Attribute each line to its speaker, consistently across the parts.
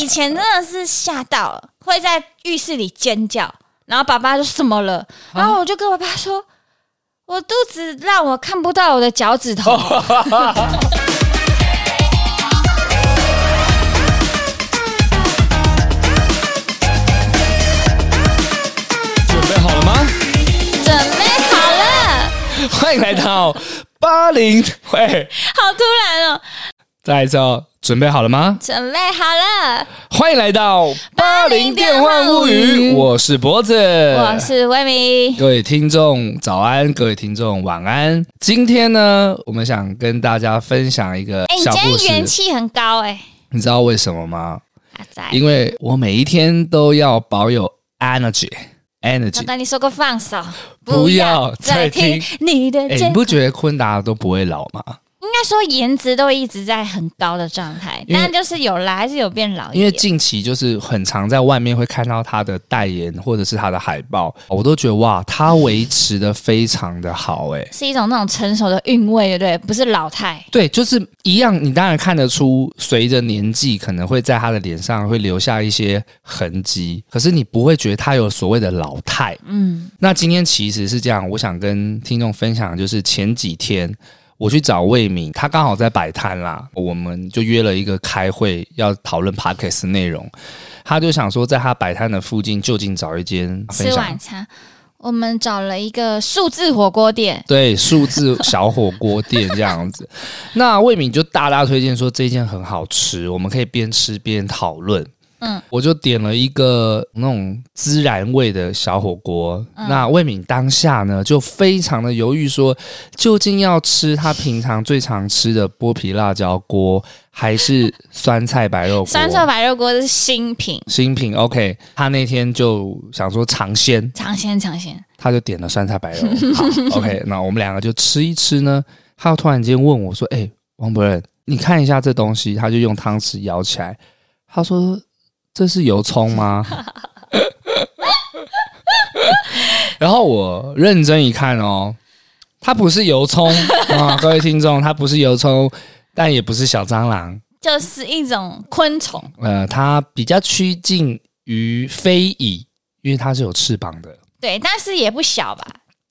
Speaker 1: 以前真的是吓到了，会在浴室里尖叫，然后爸爸就怎么了？
Speaker 2: 啊
Speaker 1: 然后我就跟我爸说，我肚子让我看不到我的脚趾头。
Speaker 2: 哦准备好了吗？
Speaker 1: 准备好了，
Speaker 2: 欢迎来到八零会，
Speaker 1: 好突然哦！
Speaker 2: 再来一次哦，准备好了吗？
Speaker 1: 准备好了，
Speaker 2: 欢迎来到八零电幻物语，我是脖子，
Speaker 1: 我是威明。
Speaker 2: 各位听众早安，各位听众晚安。今天呢，我们想跟大家分享一个
Speaker 1: 哎、你
Speaker 2: 小
Speaker 1: 今
Speaker 2: 故
Speaker 1: 天元
Speaker 2: 事，
Speaker 1: 气很高哎、
Speaker 2: 你知道为什么吗？
Speaker 1: 阿仔，
Speaker 2: 因为我每一天都要保有 energy。
Speaker 1: 我
Speaker 2: energy，
Speaker 1: 跟你说过放手，
Speaker 2: 不要再听
Speaker 1: 你的
Speaker 2: 哎、
Speaker 1: 健
Speaker 2: 你不觉得昆达都不会老吗？
Speaker 1: 应该说颜值都一直在很高的状态，
Speaker 2: 因为
Speaker 1: 但就是有啦，还是有变老一
Speaker 2: 因为
Speaker 1: 点。
Speaker 2: 近期就是很常在外面会看到他的代言或者是他的海报，我都觉得哇，他维持的非常的好欸诶、
Speaker 1: 是一种那种成熟的韵味，对不对？不是老态。
Speaker 2: 对，就是一样，你当然看得出，随着年纪可能会在他的脸上会留下一些痕迹，可是你不会觉得他有所谓的老态。
Speaker 1: 嗯，
Speaker 2: 那今天其实是这样，我想跟听众分享，就是前几天我去找魏敏，他刚好在摆摊啦，我们就约了一个开会，要讨论 podcast 内容。他就想说，在他摆摊的附近就近找一间啊分
Speaker 1: 吃
Speaker 2: 享
Speaker 1: 晚。餐，我们找了一个数字火锅店，
Speaker 2: 对，数字小火锅店这样子， 那魏敏就大大推荐说这间很好吃，我们可以边吃边讨论。嗯
Speaker 1: 嗯，
Speaker 2: 我就点了一个那种孜然味的小火锅。
Speaker 1: 嗯
Speaker 2: 那魏敏当下呢，就非常的犹豫说，究竟要吃他平常最常吃的剥皮辣椒锅，还是酸菜白肉 锅？
Speaker 1: 酸菜白肉锅是新品，
Speaker 2: 新品 OK，他那天就想说尝鲜，
Speaker 1: 尝鲜尝鲜。
Speaker 2: 他就点了酸菜白肉。好 OK，那我们两个就吃一吃呢。他突然间问我说：“哎、王伯仁，你看一下这东西。”他就用汤匙舀起来，他说：“这是油葱吗？” 然后我认真一看哦，它不是油葱 啊，各位听众，它不是油葱，但也不是小蟑螂，
Speaker 1: 就是一种昆虫，
Speaker 2: 呃，它比较趋近于飞蚁，因为它是有翅膀的，
Speaker 1: 对，但是也不小吧？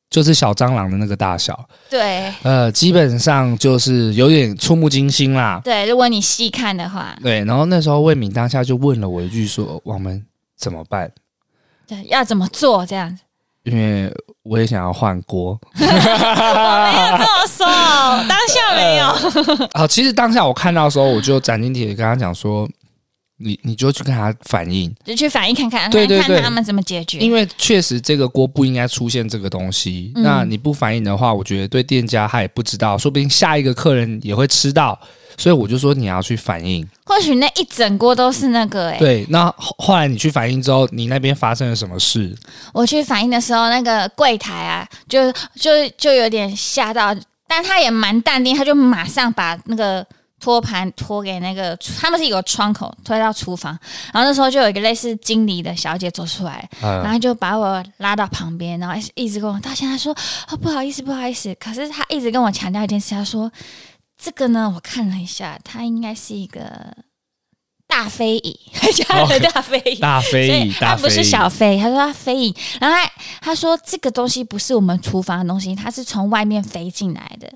Speaker 2: 就是小蟑螂的那个大小。
Speaker 1: 对
Speaker 2: 呃，基本上就是有点触目惊心啦。
Speaker 1: 对，如果你细看的话，
Speaker 2: 对，然后那时候魏敏当下就问了我一句说：“我们怎么办
Speaker 1: 对，要怎么做这样子？？”
Speaker 2: 因为我也想要换锅。 啊
Speaker 1: 要这么说，当下没 有。
Speaker 2: 呃好，其实当下我看到的时候，我就斩钉截铁跟他讲说：“你你就去跟他反映，
Speaker 1: 就去反应看看，
Speaker 2: 对对对
Speaker 1: 看他们怎么解决。
Speaker 2: 因为确实这个锅不应该出现这个东西。
Speaker 1: 嗯
Speaker 2: 那你不反映的话，我觉得对店家他也不知道，说不定下一个客人也会吃到。所以我就说你要去反映。
Speaker 1: 或许那一整锅都是那个、欸，
Speaker 2: 对，那后后来你去反映之后，你那边发生了什么事？
Speaker 1: 我去反应的时候，那个柜台啊，就就就有点吓到，但他也蛮淡定，他就马上把那个托盘托给那个，他们是有个窗口推到厨房，然后那时候就有一个类似经理的小姐走出来，
Speaker 2: 呃
Speaker 1: 然后就把我拉到旁边，然后一直跟我道歉。他说：“哦，不好意思，不好意思。”可是他一直跟我强调一件事，他说：“这个呢，我看了一下，它应该是一个大飞 蚁，加了大飞蚁。”
Speaker 2: 大
Speaker 1: 所
Speaker 2: 飞
Speaker 1: 以
Speaker 2: 蚁，
Speaker 1: 它
Speaker 2: 大
Speaker 1: 不
Speaker 2: 飞
Speaker 1: 是
Speaker 2: 蚁，
Speaker 1: 小飞，他说它飞蚁，然后他他说这个东西不是我们厨房的东西，它是从外面飞进来的。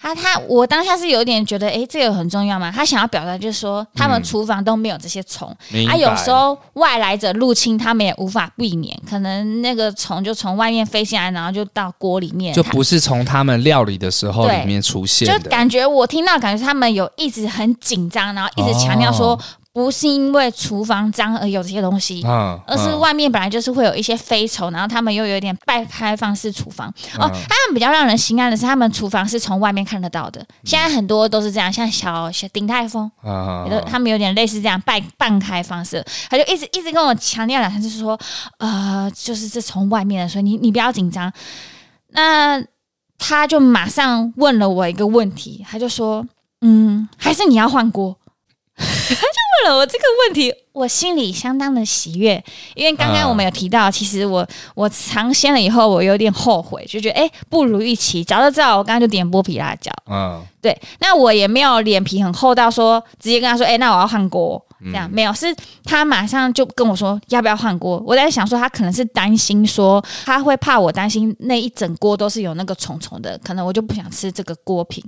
Speaker 1: 他他我当下是有点觉得，诶，这个很重要吗？他想要表达就是说，他们
Speaker 2: 嗯
Speaker 1: 厨房都没有这些虫，
Speaker 2: 明
Speaker 1: 啊，有
Speaker 2: 白
Speaker 1: 时候外来者入侵，他们也无法避免，可能那个虫就从外面飞进来，然后就到锅里面，
Speaker 2: 就
Speaker 1: 它
Speaker 2: 不是从他们料理的时候
Speaker 1: 对
Speaker 2: 里面出现
Speaker 1: 就
Speaker 2: 的。
Speaker 1: 感觉我听到感觉他们有一直很紧张，然后一直强调说，
Speaker 2: 哦
Speaker 1: 不是因为厨房脏而有这些东西。
Speaker 2: 嗯
Speaker 1: 而是
Speaker 2: 嗯
Speaker 1: 外面本来就是会有一些飞虫，然后他们又有点半开放式厨房哦。他
Speaker 2: 嗯
Speaker 1: 们比较让人心安的是，他们厨房是从外面看得到的。现在很多都是这样，像小小鼎泰丰，
Speaker 2: 嗯
Speaker 1: 也都
Speaker 2: 嗯
Speaker 1: 他们有点类似这样半半开放式，他就一直一直跟我强调两下，就是说，呃，就是这从外面的，所以你你不要紧张。那他就马上问了我一个问题，他就说，嗯，还是你要换锅？他就问了我这个问题，我心里相当的喜悦，因为刚刚我们有提到，其实我我尝鲜了以后，我有点后悔，就觉得哎、诶不如预期，早就知道我刚刚就点剥皮辣椒。
Speaker 2: 嗯，
Speaker 1: 对，那我也没有脸皮很厚到说直接跟他说，哎、那我要换锅，
Speaker 2: 嗯
Speaker 1: 这样没有，是他马上就跟我说要不要换锅。我在想说，他可能是担心说他会怕我担心那一整锅都是有那个虫虫的，可能我就不想吃这个锅品。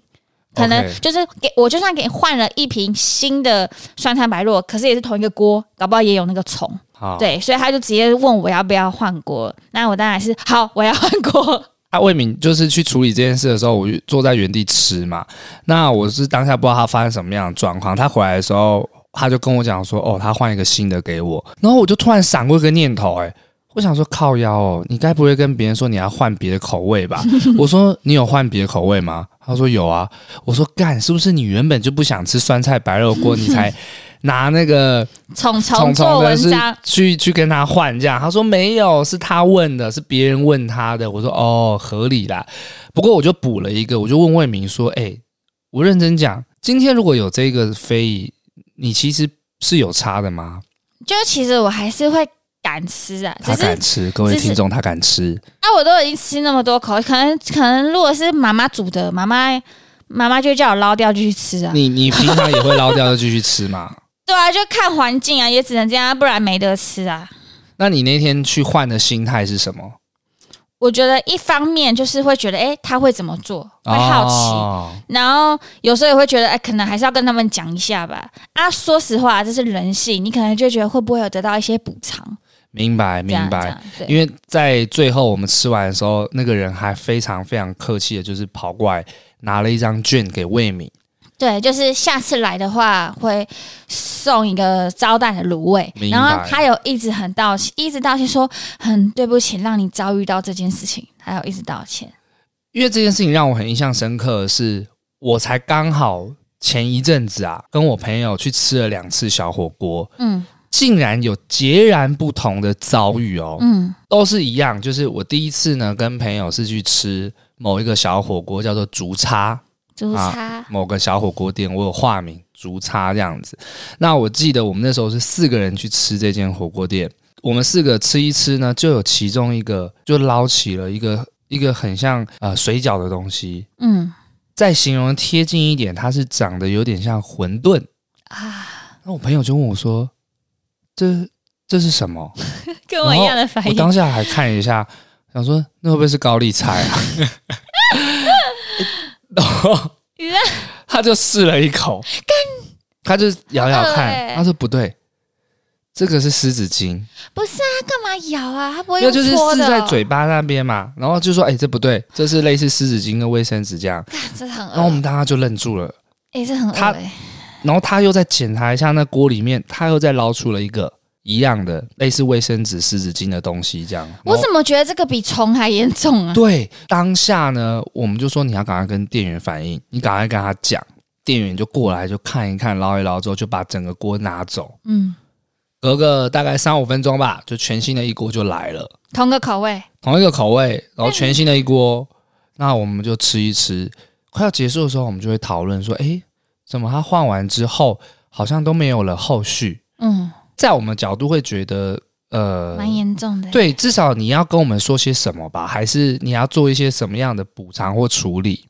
Speaker 1: 可能
Speaker 2: OK
Speaker 1: 就是给我，就算给你换了一瓶新的酸菜白肉，可是也是同一个锅，搞不好也有那个虫。
Speaker 2: 好，
Speaker 1: 对，所以他就直接问我要不要换锅，那我当然是好，我要换锅。
Speaker 2: 他魏敏就是去处理这件事的时候，我就坐在原地吃嘛。那我是当下不知道他发生什么样的状况。他回来的时候，他就跟我讲说：“哦，他换一个新的给我。”然后我就突然闪过一个念头、哎，我想说靠腰哦，你该不会跟别人说你要换别的口味吧？我说你有换别的口味吗？他说有啊。我说干，是不是你原本就不想吃酸菜白肉锅，你才拿那个
Speaker 1: 虫
Speaker 2: 虫
Speaker 1: 虫
Speaker 2: 虫
Speaker 1: 做
Speaker 2: 的
Speaker 1: 文
Speaker 2: 是
Speaker 1: 章，
Speaker 2: 去去跟他换这样，他说没有，是他问的，是别人问他的。我说哦，合理啦。不过我就补了一个，我就问魏明说，哎、我认真讲，今天如果有这个非议，你其实是有差的吗？
Speaker 1: 就是其实我还是会敢吃啊，只
Speaker 2: 他
Speaker 1: 是
Speaker 2: 敢吃，各位
Speaker 1: 只是
Speaker 2: 听众，他敢吃，
Speaker 1: 啊，我都已经吃那么多口，可能可能如果是妈妈煮的，妈妈妈妈就会叫我捞掉就去吃啊。
Speaker 2: 你你平常也会捞掉就继续吃嘛？
Speaker 1: 对啊，就看环境啊，也只能这样，不然没得吃啊。
Speaker 2: 那你那天去换的心态是什么？
Speaker 1: 我觉得一方面就是会觉得，诶，他会怎么做，会好奇，
Speaker 2: 哦
Speaker 1: 然后有时候也会觉得，哎，可能还是要跟他们讲一下吧。啊，说实话，这是人性，你可能就觉得会不会有得到一些补偿？
Speaker 2: 明白
Speaker 1: 这样
Speaker 2: 明白
Speaker 1: 这。样对，
Speaker 2: 因为在最后我们吃完的时候，那个人还非常非常客气的，就是跑过来拿了一张券给魏敏。
Speaker 1: 对，就是下次来的话会送一个招待的卤味
Speaker 2: 明。白
Speaker 1: 然后他有一直很道歉，一直道歉说很对不起，让你遭遇到这件事情，还有一直道歉。
Speaker 2: 因为这件事情让我很印象深刻的是，我才刚好前一阵子啊，跟我朋友去吃了两次小火锅，
Speaker 1: 嗯
Speaker 2: 竟然有截然不同的遭遇哦。
Speaker 1: 嗯
Speaker 2: 都是一样，就是我第一次呢跟朋友是去吃某一个小火锅，叫做竹叉。
Speaker 1: 猪
Speaker 2: 啊
Speaker 1: 叉、
Speaker 2: 某个小火锅店，我有化名竹叉这样子。那我记得我们那时候是四个人去吃这间火锅店，我们四个吃一吃呢，就有其中一个就捞起了一个一个很像呃水饺的东西，
Speaker 1: 嗯
Speaker 2: 再形容贴近一点，它是长得有点像馄饨。
Speaker 1: 啊，
Speaker 2: 那我朋友就问我说：“这这是什么？”
Speaker 1: 跟我一样的反
Speaker 2: 我
Speaker 1: 应。
Speaker 2: 当下还看一下，想说那会不会是高丽菜啊？然后
Speaker 1: 你在
Speaker 2: 他就试了一口，他就咬咬看，
Speaker 1: 欸
Speaker 2: 他说不对，这个是湿纸巾，
Speaker 1: 不是啊，干嘛咬啊？他不会
Speaker 2: 因
Speaker 1: 用
Speaker 2: 为就是
Speaker 1: 搓
Speaker 2: 试
Speaker 1: 的哦，
Speaker 2: 在嘴巴那边嘛，然后就说哎、这不对，这是类似湿纸巾跟卫生纸这样，
Speaker 1: 干，这很恶。
Speaker 2: 然后我们大家就愣住了，
Speaker 1: 哎、这很恶、
Speaker 2: 他
Speaker 1: 欸。
Speaker 2: 然后他又再检查一下那锅里面，他又再捞出了一个一样的类似卫生纸、湿纸巾的东西这样，然
Speaker 1: 我
Speaker 2: 后
Speaker 1: 怎么觉得这个比虫还严重啊？
Speaker 2: 对，当下呢，我们就说你要赶快跟店员反映，你赶快跟他讲，店员就过来就看一看，捞一捞之后就把整个锅拿走。
Speaker 1: 嗯，
Speaker 2: 隔个大概三五分钟吧，就全新的一锅就来了，
Speaker 1: 同个口味，
Speaker 2: 同一个口味，然后全新的一锅，那我们就吃一吃。快要结束的时候，我们就会讨论说，诶，怎么他换完之后好像都没有了后续？
Speaker 1: 嗯，
Speaker 2: 在我们角度会觉得，呃，
Speaker 1: 蛮严重的、欸。
Speaker 2: 对，至少你要跟我们说些什么吧，还是你要做一些什么样的补偿或处理？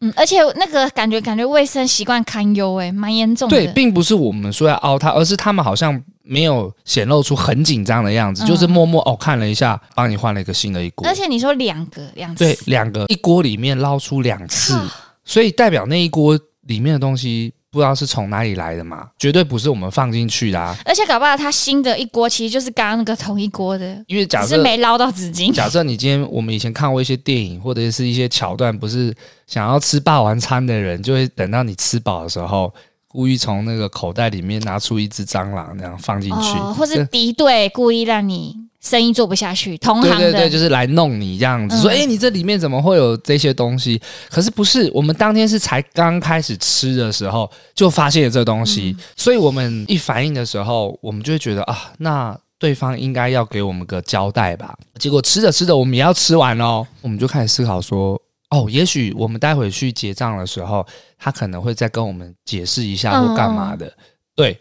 Speaker 1: 嗯，而且那个感觉感觉卫生习惯堪忧哎、蛮严重的。
Speaker 2: 对，并不是我们说要凹他，而是他们好像没有显露出很紧张的样子，
Speaker 1: 嗯
Speaker 2: 就是默默哦看了一下，帮你换了一个新的一锅
Speaker 1: 而。且你说两个两次，
Speaker 2: 对，两个一锅里面捞出两次，
Speaker 1: 啊
Speaker 2: 所以代表那一锅里面的东西不知道是从哪里来的嘛，绝对不是我们放进去的、啊。
Speaker 1: 而且搞不好它新的一锅其实就是刚刚那个同一锅的，
Speaker 2: 因为假
Speaker 1: 只
Speaker 2: 设
Speaker 1: 是没捞到纸巾。
Speaker 2: 假设你今天我们以前看过一些电影或者是一些桥段，不是想要吃霸王餐的人，就会等到你吃饱的时候，故意从那个口袋里面拿出一只蟑螂，那样放进去，
Speaker 1: 哦，或是
Speaker 2: 对
Speaker 1: 敌对故意让你生意做不下去，同行
Speaker 2: 对
Speaker 1: 的
Speaker 2: 对对，就是来弄你这样子，
Speaker 1: 嗯
Speaker 2: 说哎、诶你这里面怎么会有这些东西？可是不是，我们当天是才刚开始吃的时候就发现了这东西，
Speaker 1: 嗯
Speaker 2: 所以我们一反应的时候，我们就会觉得啊，那对方应该要给我们个交代吧。结果吃着吃着，我们也要吃完喽，我们就开始思考说。哦，也许我们待会去结账的时候，他可能会再跟我们解释一下或干嘛
Speaker 1: 嗯
Speaker 2: 的。对，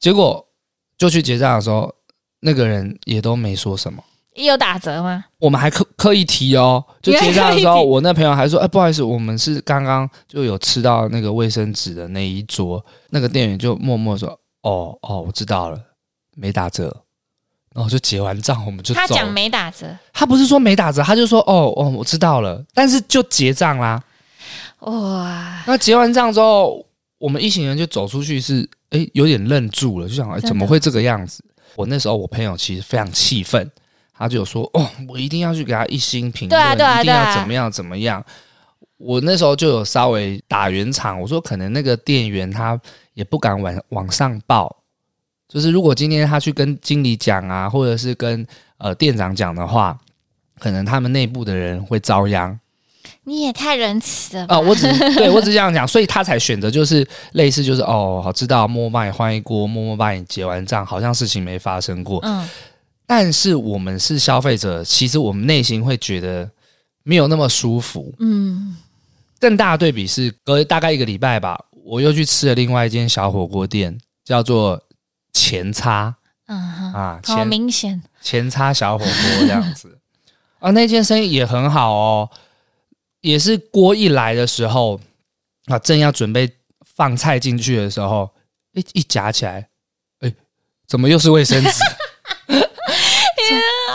Speaker 2: 结果就去结账的时候，那个人也都没说什么。
Speaker 1: 也有打折吗？
Speaker 2: 我们还刻刻意提哦，就结账的时
Speaker 1: 你还刻
Speaker 2: 候，
Speaker 1: 意提
Speaker 2: 我那朋友还说：“哎、不好意思，我们是刚刚就有吃到那个卫生纸的那一桌。”那个店员就默默说：“哦，哦哦，我知道了，没打折。然后就结完账，我们就走
Speaker 1: 他
Speaker 2: 了。
Speaker 1: 讲没打折，
Speaker 2: 他不是说没打折，他就说哦哦，我知道了，但是就结账啦。
Speaker 1: 哇，
Speaker 2: 那结完账之后，我们一行人就走出去是，诶有点愣住了，就想哎
Speaker 1: 真的
Speaker 2: 怎么会这个样子？我那时候我朋友其实非常气愤，他就有说哦，我一定要去给他一星评论，
Speaker 1: 对啊对啊
Speaker 2: 一定
Speaker 1: 对
Speaker 2: 要
Speaker 1: 啊
Speaker 2: 怎么样怎么样。我那时候就有稍微打圆场，我说可能那个店员他也不敢往往上报，就是如果今天他去跟经理讲啊，或者是跟呃店长讲的话，可能他们内部的人会遭殃。
Speaker 1: 你也太仁慈 了吧！
Speaker 2: 啊，我只对我只是这样讲，所以他才选择就是类似就是哦，好知道，默默帮你换一锅，默默帮你结完账，好像事情没发生过。
Speaker 1: 嗯，
Speaker 2: 但是我们是消费者，其实我们内心会觉得没有那么舒服。
Speaker 1: 嗯，
Speaker 2: 更大的对比是隔大概一个礼拜吧，我又去吃了另外一间小火锅店，叫做前叉
Speaker 1: 嗯哼，
Speaker 2: 啊，
Speaker 1: 好
Speaker 2: 前
Speaker 1: 明显，
Speaker 2: 前叉小火锅这样子 啊，那间生意也很好哦，也是锅一来的时候啊，正要准备放菜进去的时候，一一夹起来，哎、怎么又是卫生纸？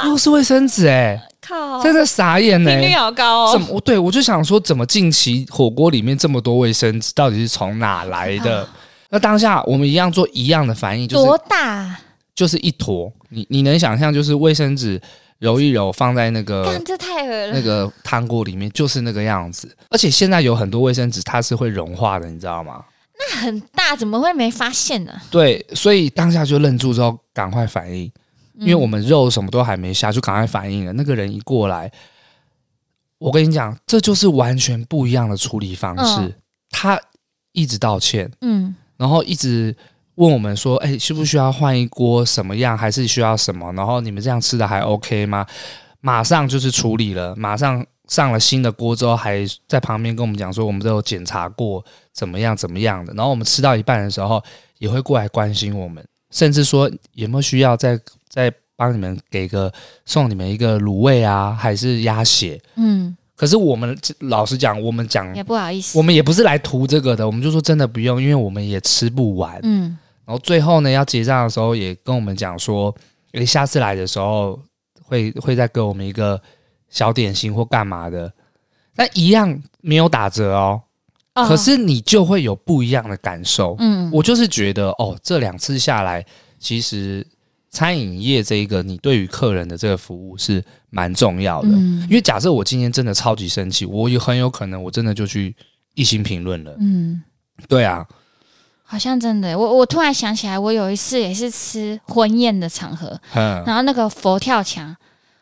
Speaker 2: 又是卫生纸哎、
Speaker 1: 靠，
Speaker 2: 真的傻眼呢、
Speaker 1: 频率好高
Speaker 2: 怎
Speaker 1: 哦。
Speaker 2: 么？我对我就想说，怎么近期火锅里面这么多卫生纸，到底是从哪来的？那当下我们一样做一样的反应，就是
Speaker 1: 多大？啊
Speaker 2: 就是一坨，你你能想象，就是卫生纸揉一揉放在那个
Speaker 1: 干，这太恶
Speaker 2: 那
Speaker 1: 了。
Speaker 2: 个汤锅里面，就是那个样子。而且现在有很多卫生纸它是会融化的，你知道吗？
Speaker 1: 那很大，怎么会没发现呢？
Speaker 2: 对，所以当下就愣住之后，赶快反应，因为
Speaker 1: 嗯
Speaker 2: 我们肉什么都还没下，就赶快反应了。那个人一过来，我跟你讲，这就是完全不一样的处理方式。
Speaker 1: 嗯
Speaker 2: 他一直道歉，
Speaker 1: 嗯，
Speaker 2: 然后一直问我们说：“哎、需不需要换一锅什么样，还是需要什么？然后你们这样吃的还 OK 吗？”马上就是处理了，马上上了新的锅之后，还在旁边跟我们讲说：“我们都有检查过，怎么样怎么样的。”然后我们吃到一半的时候，也会过来关心我们，甚至说有没有需要再再帮你们给个送你们一个卤味啊，还是鸭血？
Speaker 1: 嗯，
Speaker 2: 可是我们老实讲，我们讲
Speaker 1: 也不好意思。
Speaker 2: 嗯我们也不是来图这个的，我们就说真的不用，因为我们也吃不完。
Speaker 1: 嗯，
Speaker 2: 然后最后呢，要结账的时候也跟我们讲说，诶，下次来的时候会会再给我们一个小点心或干嘛的，但一样没有打折哦。
Speaker 1: 哦
Speaker 2: 可，是你就会有不一样的感受。
Speaker 1: 嗯，
Speaker 2: 我就是觉得哦，这两次下来，其实餐饮业这一个你对于客人的这个服务是蛮重要的。
Speaker 1: 嗯
Speaker 2: 因为假设我今天真的超级生气，我也很有可能我真的就去一星评论了。
Speaker 1: 嗯。
Speaker 2: 对啊，
Speaker 1: 好像真的，我我突然想起来，我有一次也是吃婚宴的场合，
Speaker 2: 嗯，
Speaker 1: 然后那个佛跳墙，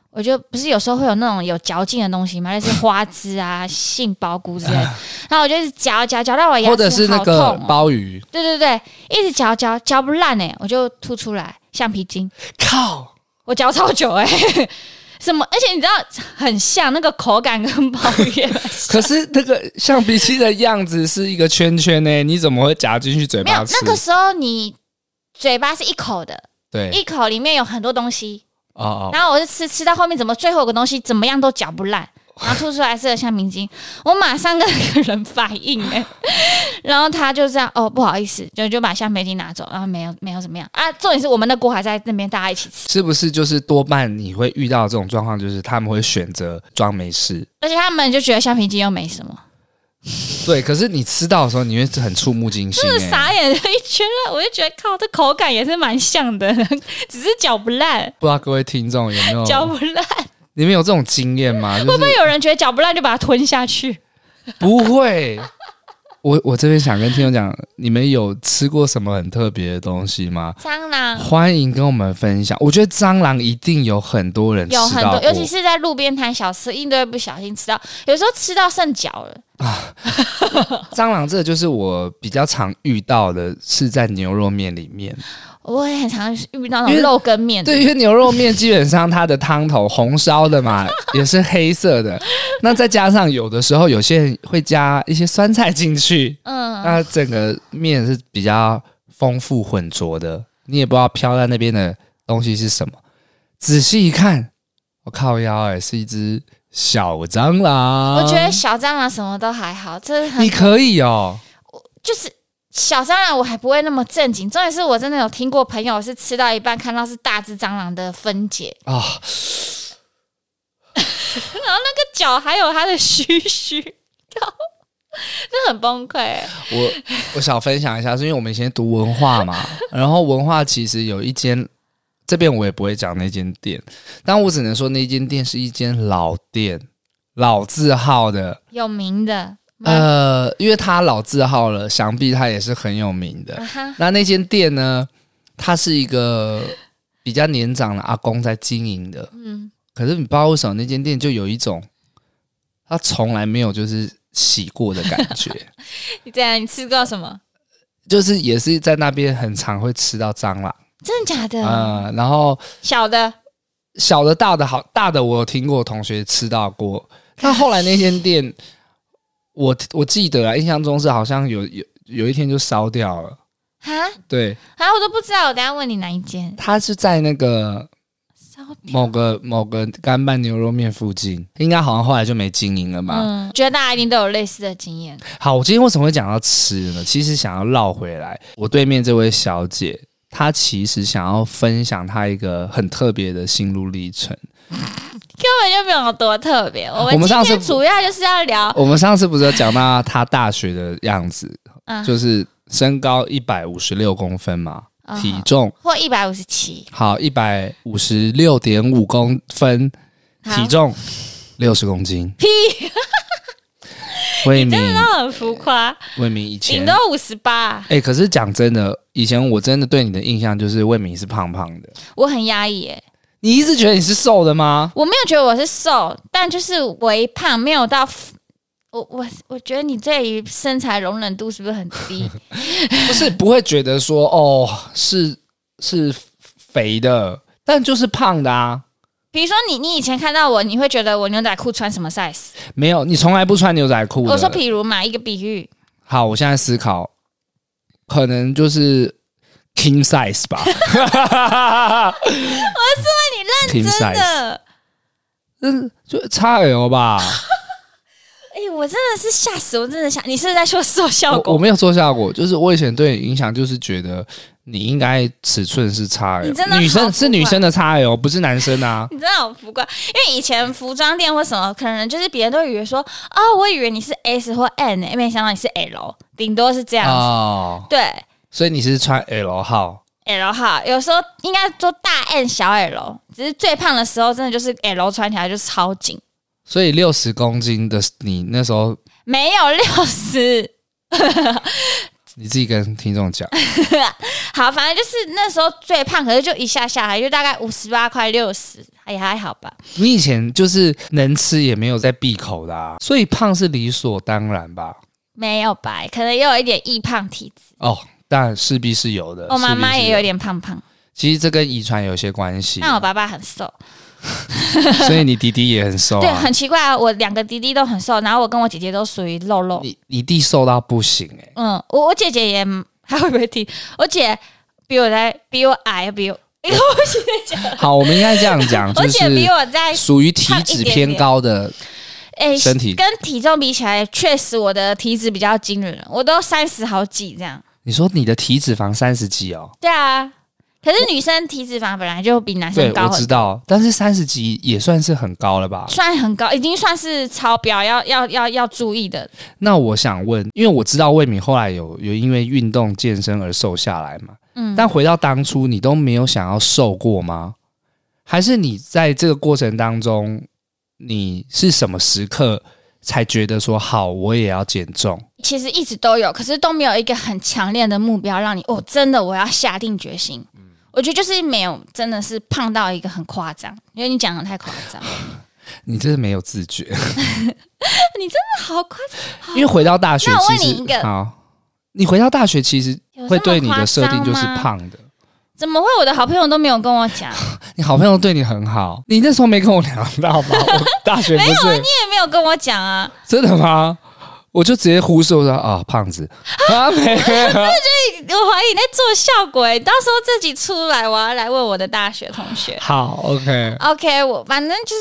Speaker 1: 我就不是有时候会有那种有嚼劲的东西 嘛，类似花枝啊、杏鲍菇之类的，然后我就一直嚼嚼嚼到我牙齿
Speaker 2: 或者是那
Speaker 1: 好
Speaker 2: 个
Speaker 1: 痛哦
Speaker 2: 鲍鱼，
Speaker 1: 对对对，一直嚼嚼嚼不烂哎、我就吐出来橡皮筋，
Speaker 2: 靠！
Speaker 1: 我嚼超久哎、 什么？而且你知道很像那个口感跟鲍 鱼，
Speaker 2: 可是那个橡皮筋的样子是一个圈圈呢、欸你怎么会夹进去嘴
Speaker 1: 没有
Speaker 2: 巴吃？
Speaker 1: 那个时候你嘴巴是一口的，
Speaker 2: 对，
Speaker 1: 一口里面有很多东西，
Speaker 2: 哦哦，
Speaker 1: 然后我就吃吃到后面，怎么最后有个东西怎么样都嚼不烂，然后吐出来是个橡皮筋，我马上跟那个人反应哎、 然后他就这样哦不好意思，就就把橡皮筋拿走，然后没有没有怎么样啊，重点是我们的锅还在那边，大家一起吃，
Speaker 2: 是不是就是多半你会遇到这种状况，就是他们会选择装没事？
Speaker 1: 而且他们就觉得橡皮筋又没什么，
Speaker 2: 对，可是你吃到的时候，你会很触目惊心、
Speaker 1: 就
Speaker 2: 欸。
Speaker 1: 是傻眼了一圈了，我就觉得靠，这口感也是蛮像的，只是嚼不烂，
Speaker 2: 不知道各位听众有没有？
Speaker 1: 嚼不烂，
Speaker 2: 你们有这种经验吗？就
Speaker 1: 哦 会不
Speaker 2: 是
Speaker 1: 会有人觉得嚼不烂就把它吞下去？
Speaker 2: 不会。我我这边想跟听众讲，你们有吃过什么很特别的东西吗？
Speaker 1: 蟑螂
Speaker 2: 欢迎跟我们分享。我觉得蟑螂一定有很多人吃
Speaker 1: 有很
Speaker 2: 到
Speaker 1: 多，
Speaker 2: 过
Speaker 1: 尤其是在路边摊小吃，一定都会不小心吃到，有时候吃到剩脚了。
Speaker 2: 蟑螂这个就是我比较常遇到的，是在牛肉面里面。
Speaker 1: 我也很常遇到那
Speaker 2: 因为
Speaker 1: 种肉羹面的，
Speaker 2: 对，因为牛肉面基本上它的汤头红烧的 嘛，也是黑色的。那再加上有的时候有些人会加一些酸菜进去，
Speaker 1: 嗯，
Speaker 2: 那整个面是比较丰富混浊的，你也不知道飘在那边的东西是什么。仔细一看，我靠腰哎、是一只小蟑螂。
Speaker 1: 我觉得小蟑螂什么都还好，这是很
Speaker 2: 你可以哦。
Speaker 1: 就是小蟑螂我还不会那么正经，重点是我真的有听过朋友是吃到一半看到是大只蟑螂的分解，
Speaker 2: 啊、
Speaker 1: 然后那个脚还有它的须须， 那很崩溃、欸。
Speaker 2: 我我想分享一下，是因为我们以前读文化嘛，然后文化其实有一间，这边我也不会讲那间店，但我只能说那间店是一间老店，老字号的，
Speaker 1: 有名的，嗯、
Speaker 2: 呃，因为它老字号了，想必它也是很有名的。
Speaker 1: 啊哈，
Speaker 2: 那那间店呢，它是一个比较年长的阿公在经营的，
Speaker 1: 嗯，
Speaker 2: 可是你不知道为什么那间店就有一种，他从来没有就是洗过的感觉。
Speaker 1: 你这样你吃过什么？
Speaker 2: 就是也是在那边很常会吃到蟑螂，
Speaker 1: 真的假的？
Speaker 2: 嗯、然后
Speaker 1: 小的，
Speaker 2: 小的、大的好，大的我有听过同学吃到过。那后来那间店，我我记得啊，印象中是好像有有有一天就烧掉了。
Speaker 1: 哈
Speaker 2: 对，
Speaker 1: 啊，我都不知道，我等一下问你哪一间
Speaker 2: 它是在那个
Speaker 1: 烧
Speaker 2: 某个某个干拌牛肉面附近，应该好像后来就没经营了吧？
Speaker 1: 嗯，觉得大家一定都有类似的经验。
Speaker 2: 好，我今天为什么会讲到吃呢？其实想要绕回来，我对面这位小姐，她其实想要分享她一个很特别的心路历程。
Speaker 1: 根 本就没有多特别。我们
Speaker 2: 我们
Speaker 1: 今
Speaker 2: 上次
Speaker 1: 天主要就是要聊，
Speaker 2: 我们上次不是有讲到她大学的样子，
Speaker 1: 嗯，
Speaker 2: 就是身高一百五十六公分嘛，
Speaker 1: 嗯
Speaker 2: 体重
Speaker 1: 或一百五十七，
Speaker 2: 好一百五十六点五公分，
Speaker 1: 好
Speaker 2: 体重六十公斤。
Speaker 1: 屁，
Speaker 2: 魏明，
Speaker 1: 那很浮夸，
Speaker 2: 魏明以前
Speaker 1: 顶多五十八。
Speaker 2: 哎、可是讲真的，以前我真的对你的印象就是魏明是胖胖的。
Speaker 1: 我很压抑耶，
Speaker 2: 你一直觉得你是瘦的吗？
Speaker 1: 我没有觉得我是瘦，但就是微胖，没有到。我我我觉得你对于身材容忍度是不是很 低？
Speaker 2: 不是，不会觉得说哦是是肥的，但就是胖的啊。
Speaker 1: 比如说你你以前看到我，你会觉得我牛仔裤穿什么 size？
Speaker 2: 没有，你从来不穿牛仔裤的。
Speaker 1: 我说比如嘛，一个比喻，
Speaker 2: 好，我现在思考，可能就是 king size 吧。我是问你认
Speaker 1: 真，的，
Speaker 2: 嗯，就 XL 吧。
Speaker 1: 哎、我真的是吓死，我真的吓，你是不是在说瘦效
Speaker 2: 我
Speaker 1: 果
Speaker 2: 我？没有做效果，就是我以前对你影响就是觉得你应该尺寸是 XL，
Speaker 1: 你真的好
Speaker 2: 女生
Speaker 1: 浮
Speaker 2: 是
Speaker 1: 夸
Speaker 2: 女生的 XL，不是男生啊。
Speaker 1: 你真的好浮夸，因为以前服装店或什么，可能就是别人都以为说，哦，我以为你是 S 或 N，、欸、没想到你是 L，顶多是这样子。
Speaker 2: 哦，
Speaker 1: 对
Speaker 2: 所以你是穿 L 号，
Speaker 1: ，L 号有时候应该做大 N 小 L，只是最胖的时候真的就是 L 穿起来就超紧，
Speaker 2: 所以六十公斤的你那时候
Speaker 1: 没有六十。
Speaker 2: 你自己跟听众讲，
Speaker 1: 好，反正就是那时候最胖，可是就一下下来，就大概五十八块六十，也还好吧。
Speaker 2: 你以前就是能吃也没有在闭口的、啊，所以胖是理所当然吧？
Speaker 1: 没有吧，可能也有一点易胖体质。
Speaker 2: 哦，但势必是有的。
Speaker 1: 我妈妈
Speaker 2: 势呃必是
Speaker 1: 也有，点胖胖，
Speaker 2: 其实这跟遗传有些关系，
Speaker 1: 但我爸爸很瘦。
Speaker 2: 所以你弟弟也很瘦、啊。
Speaker 1: 对，很奇怪啊，我两个弟弟都很瘦，然后我跟我姐姐都属于肉肉。
Speaker 2: 你你弟瘦到不行哎、
Speaker 1: 嗯，我我姐姐也，她会不会听？我姐比我在比我矮，比我，
Speaker 2: 好，我们应该这样 讲，
Speaker 1: 我
Speaker 2: 就
Speaker 1: 姐比
Speaker 2: 是
Speaker 1: 我在，
Speaker 2: 属于体脂偏高的，
Speaker 1: 哎、
Speaker 2: 身体
Speaker 1: 跟体重比起来，确实我的体脂比较惊人，我都三十好几这样。
Speaker 2: 你说你的体脂肪三十几哦？
Speaker 1: 对啊，可是女生体脂肪本来就比男
Speaker 2: 对，
Speaker 1: 生
Speaker 2: 我
Speaker 1: 高
Speaker 2: 知
Speaker 1: 很，
Speaker 2: 道，但是三十几也算是很高了吧？
Speaker 1: 算很高，已经算是超标，要要要要注意的。
Speaker 2: 那我想问，因为我知道魏敏后来有有因为运动健身而瘦下来嘛，
Speaker 1: 嗯，
Speaker 2: 但回到当初，你都没有想要瘦过吗？还是你在这个过程当中，你是什么时刻才觉得说好，我也要减重？
Speaker 1: 其实一直都有，可是都没有一个很强烈的目标让你哦，真的我要下定决心。我觉得就是没有，真的是胖到一个很夸张，因为你讲的太夸张，
Speaker 2: 你真的没有自觉，
Speaker 1: 好夸张，
Speaker 2: 因为回到大学
Speaker 1: 那，我
Speaker 2: 其
Speaker 1: 问
Speaker 2: 实
Speaker 1: 你一个
Speaker 2: 好，你回到大学其实
Speaker 1: 有
Speaker 2: 会
Speaker 1: 这么
Speaker 2: 对你的设定就是
Speaker 1: 夸张吗。
Speaker 2: 胖的。
Speaker 1: 怎么会？我的好朋友都没有跟我 讲，你
Speaker 2: 你好朋友对你很好，你那时候没跟我聊到吧？我大学不是
Speaker 1: 也没有跟我讲啊，
Speaker 2: 真的吗？我就直接忽视我说啊，胖子啊，没有。
Speaker 1: 我怀疑你在做效果、欸。到时候自己出来，我要来问我的大学同学。
Speaker 2: 好，OK，
Speaker 1: OK，我反正就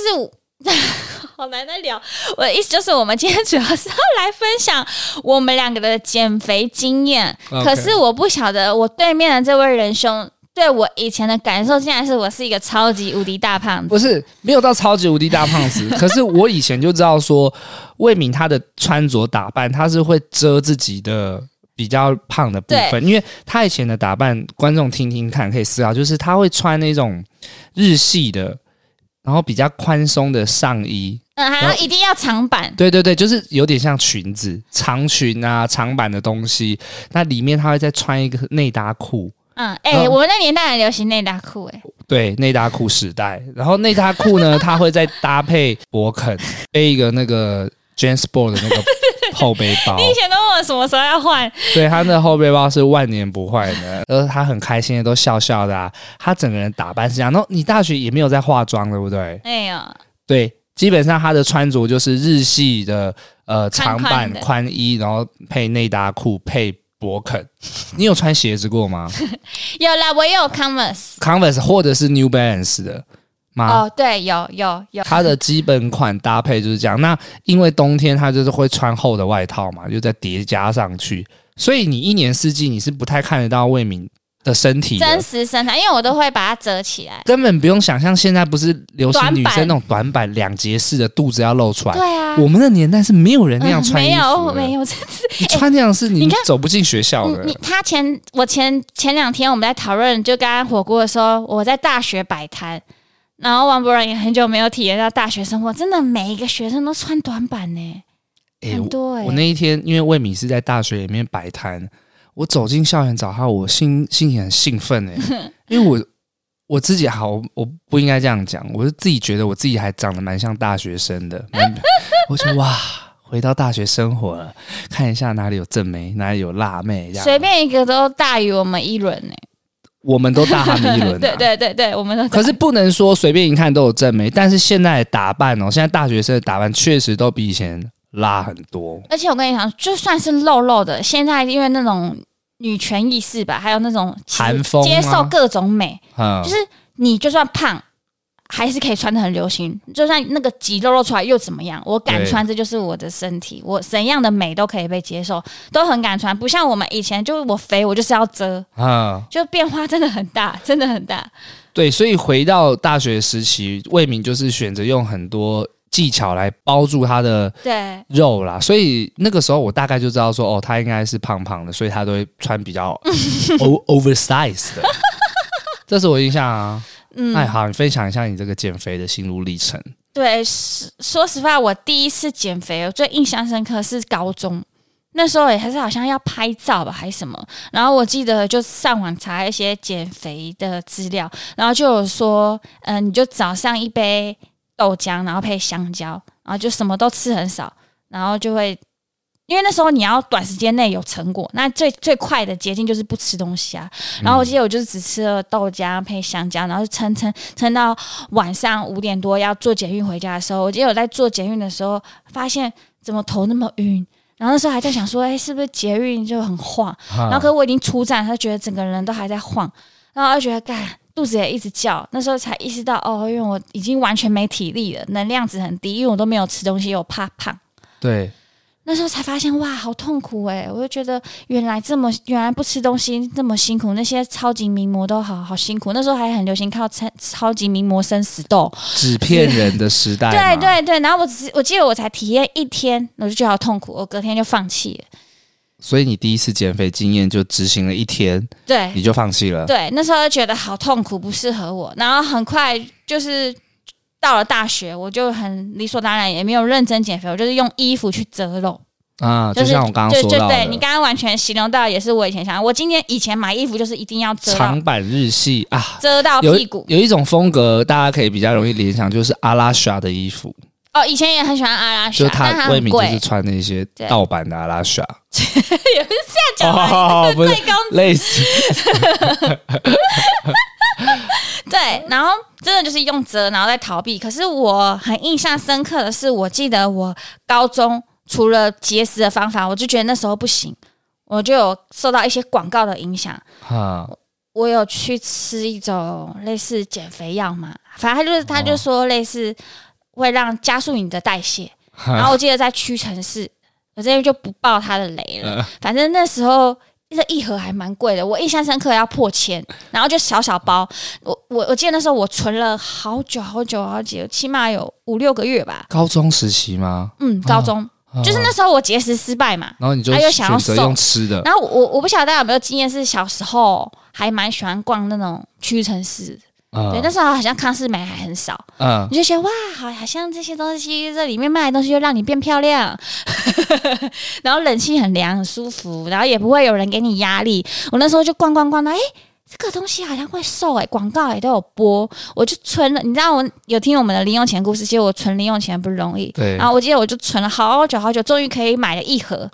Speaker 1: 是 好难再聊。我的意思就是，我们今天主要是要来分享我们两个的减肥经验。
Speaker 2: OK
Speaker 1: 可是我不晓得，我对面的这位仁兄对我以前的感受，竟然是我是一个超级无敌大胖子。
Speaker 2: 不是没有到超级无敌大胖子，可是我以前就知道说，魏敏她的穿着打扮，她是会遮自己的比较胖的部分，因为她以前的打扮，观众听听看可以思考，就是她会穿那种日系的，然后比较宽松的上衣，
Speaker 1: 嗯，还要一定要长版，
Speaker 2: 对对对，就是有点像裙子、长裙啊、长版的东西，那里面她会再穿一个内搭裤，
Speaker 1: 嗯，哎、
Speaker 2: 嗯
Speaker 1: 我们那年代很流行内搭裤、哎，
Speaker 2: 对，内搭裤时代。然后内搭裤呢，它会再搭配勃肯，背一个那个 Jan Sport 的那个后背包。
Speaker 1: 你以前都问我什么时候要换，
Speaker 2: 对，他那后背包是万年不坏的，然后他很开心的都笑笑的、啊，他整个人打扮是这样。然后你大学也没有在化妆，对不对？
Speaker 1: 哎呀，
Speaker 2: 对，基本上他的穿着就是日系的呃长版
Speaker 1: 宽宽的
Speaker 2: 宽衣，然后配内搭裤配勃肯。你有穿鞋子过吗
Speaker 1: 有啦，我也有 Converse，、
Speaker 2: ？Converse 或者是 New Balance 的吗？
Speaker 1: 哦，对，有有有，
Speaker 2: 它啊的基本款搭配就是这样。那因为冬天它就是会穿厚的外套嘛，就再叠加上去，所以你一年四季你是不太看得到魏敏的身体的
Speaker 1: 真实身材，因为我都会把它折起来。
Speaker 2: 根本不用想象现在不是流行
Speaker 1: 短版
Speaker 2: 女生那种短版两截式的肚子要露出来。
Speaker 1: 对啊，
Speaker 2: 我们的年代是没有人那样
Speaker 1: 嗯
Speaker 2: 穿衣服的，
Speaker 1: 没有没有，真的是
Speaker 2: 你穿那样是
Speaker 1: 哎你
Speaker 2: 你
Speaker 1: 看
Speaker 2: 走不进学校
Speaker 1: 你
Speaker 2: 的
Speaker 1: 嗯你。他前我前前两天我们在讨论就刚刚火锅的时候，我在大学摆摊，然后王博然也很久没有体验到大学生活，真的每一个学生都穿短版呢、
Speaker 2: 哎
Speaker 1: 很多哎、
Speaker 2: 我那一天因为魏敏是在大学里面摆摊，我走进校园找他，我心心情很兴奋哎、 因为我我自己好，我不应该这样讲，我是自己觉得我自己还长得蛮像大学生的，蛮 我觉得哇，回到大学生活了，看一下哪里有正妹，哪里有辣妹这样，
Speaker 1: 随便一个都大于我们一轮呢、
Speaker 2: 我们都大他们一轮、啊，
Speaker 1: 对对对对，我们都
Speaker 2: 可是不能说随便一看都有正妹，但是现在的打扮哦，现在大学生的打扮确实都比以前辣很多。
Speaker 1: 而且我跟你讲，就算是露露的，现在因为那种女权意识吧，还有那种其实
Speaker 2: 韩风吗啊
Speaker 1: 接受各种美，
Speaker 2: 嗯，
Speaker 1: 就是你就算胖，还是可以穿的很流行。就算那个肌肉露出来又怎么样？我敢
Speaker 2: 对
Speaker 1: 穿，这就是我的身体，我怎样的美都可以被接受，都很敢穿。不像我们以前，就是我肥，我就是要遮，
Speaker 2: 嗯，
Speaker 1: 就变化真的很大，真的很大。
Speaker 2: 对，所以回到大学时期，魏明就是选择用很多技巧来包住他的
Speaker 1: 对，
Speaker 2: 肉啦，所以那个时候我大概就知道说，哦，他应该是胖胖的，所以他都会穿比较 o oversize 的。 这是我印象啊。
Speaker 1: 嗯，
Speaker 2: 那好，你分享一下你这个减肥的心路历程。
Speaker 1: 对，是说实话，我第一次减肥，我最印象深刻是高中。那时候也还是好像要拍照吧，还是什么？然后我记得就上网查一些减肥的资料，然后就有说，嗯、你就早上一杯豆浆，然后配香蕉，然后就什么都吃很少，然后就会，因为那时候你要短时间内有成果，那最最快的捷径就是不吃东西啊。然后我记得我就是只吃了豆浆配香蕉，然后就撑撑撑到晚上五点多要坐捷运回家的时候，我记得我在坐捷运的时候发现怎么头那么晕，然后那时候还在想说，哎，是不是捷运就很晃？
Speaker 2: 啊
Speaker 1: 然后可是我已经出站，他觉得整个人都还在晃，然后我就觉得干。肚子也一直叫，那时候才意识到哦，因为我已经完全没体力了，能量值很低，因为我都没有吃东西，我怕胖。
Speaker 2: 对，
Speaker 1: 那时候才发现，哇，好痛苦哎、我就觉得原来这么原来不吃东西这么辛苦，那些超级名模都好好辛苦。那时候还很流行靠超超级名模生死斗，
Speaker 2: 纸片人的时代 嘛。
Speaker 1: 对对对。然后我只是我记得我才体验一天，我就觉得好痛苦，我隔天就放弃了。
Speaker 2: 所以你第一次减肥经验就执行了一天，你
Speaker 1: 对
Speaker 2: 就放弃了。
Speaker 1: 对，那时候就觉得好痛苦，不适合我。然后很快就是到了大学，我就很理所当然也没有认真减肥，我就是用衣服去遮肉。
Speaker 2: 啊，
Speaker 1: 就
Speaker 2: 就是像我刚刚
Speaker 1: 就
Speaker 2: 说
Speaker 1: 就
Speaker 2: 到
Speaker 1: 对你
Speaker 2: 的，
Speaker 1: 刚刚完全形容到，也是我以前想，我今天以前买衣服就是一定要遮到
Speaker 2: 长版日系啊，
Speaker 1: 遮到
Speaker 2: 有
Speaker 1: 屁股。
Speaker 2: 有一种风格，大家可以比较容易联想，就是阿拉莎的衣服，
Speaker 1: 哦，以前也很喜欢阿拉
Speaker 2: 就
Speaker 1: 莎，
Speaker 2: 是
Speaker 1: 但它
Speaker 2: 他魏
Speaker 1: 很
Speaker 2: 敏
Speaker 1: 贵，
Speaker 2: 就是穿那些
Speaker 1: 对
Speaker 2: 盗版的阿拉莎，
Speaker 1: 也不是这样讲吧。
Speaker 2: 哦，不是
Speaker 1: 最高
Speaker 2: 类似，
Speaker 1: 对，然后真的就是用遮，然后再逃避。可是我很印象深刻的是，我记得我高中除了节食的方法，我就觉得那时候不行，我就有受到一些广告的影响，
Speaker 2: 啊，
Speaker 1: 我有去吃一种类似减肥药嘛，反正他就是他就说类似会让加速你的代谢。然
Speaker 2: 然
Speaker 1: 后我记得在屈臣氏，我这边就不爆他的雷了。反正那时候这一盒还蛮贵的，我印象深刻要破千，然后就小小包。我我我记得那时候我存了好久好久好久，起码有五六个月吧。
Speaker 2: 高中时期吗？啊
Speaker 1: 嗯，高中、
Speaker 2: 哦
Speaker 1: 就是那时候我节食失败嘛。
Speaker 2: 然后你就
Speaker 1: 他又想要
Speaker 2: 选择
Speaker 1: 瘦
Speaker 2: 用吃的，
Speaker 1: 然后我我不晓得大家有没有经验，是小时候还蛮喜欢逛那种屈臣氏，对，
Speaker 2: 嗯
Speaker 1: 那时候好像康士美还很少，
Speaker 2: 嗯，
Speaker 1: 你就觉得哇，好，好像这些东西这里面卖的东西就让你变漂亮， 然后冷气很凉很舒服，然后也不会有人给你压力。我那时候就逛逛逛到，哎、这个东西好像会瘦哎、广告也都有播，我就存了。你知道我有听我们的零用钱故事，其实我存零用钱不容易，
Speaker 2: 对
Speaker 1: 然后我记得我就存了好久好久，终于可以买了一盒。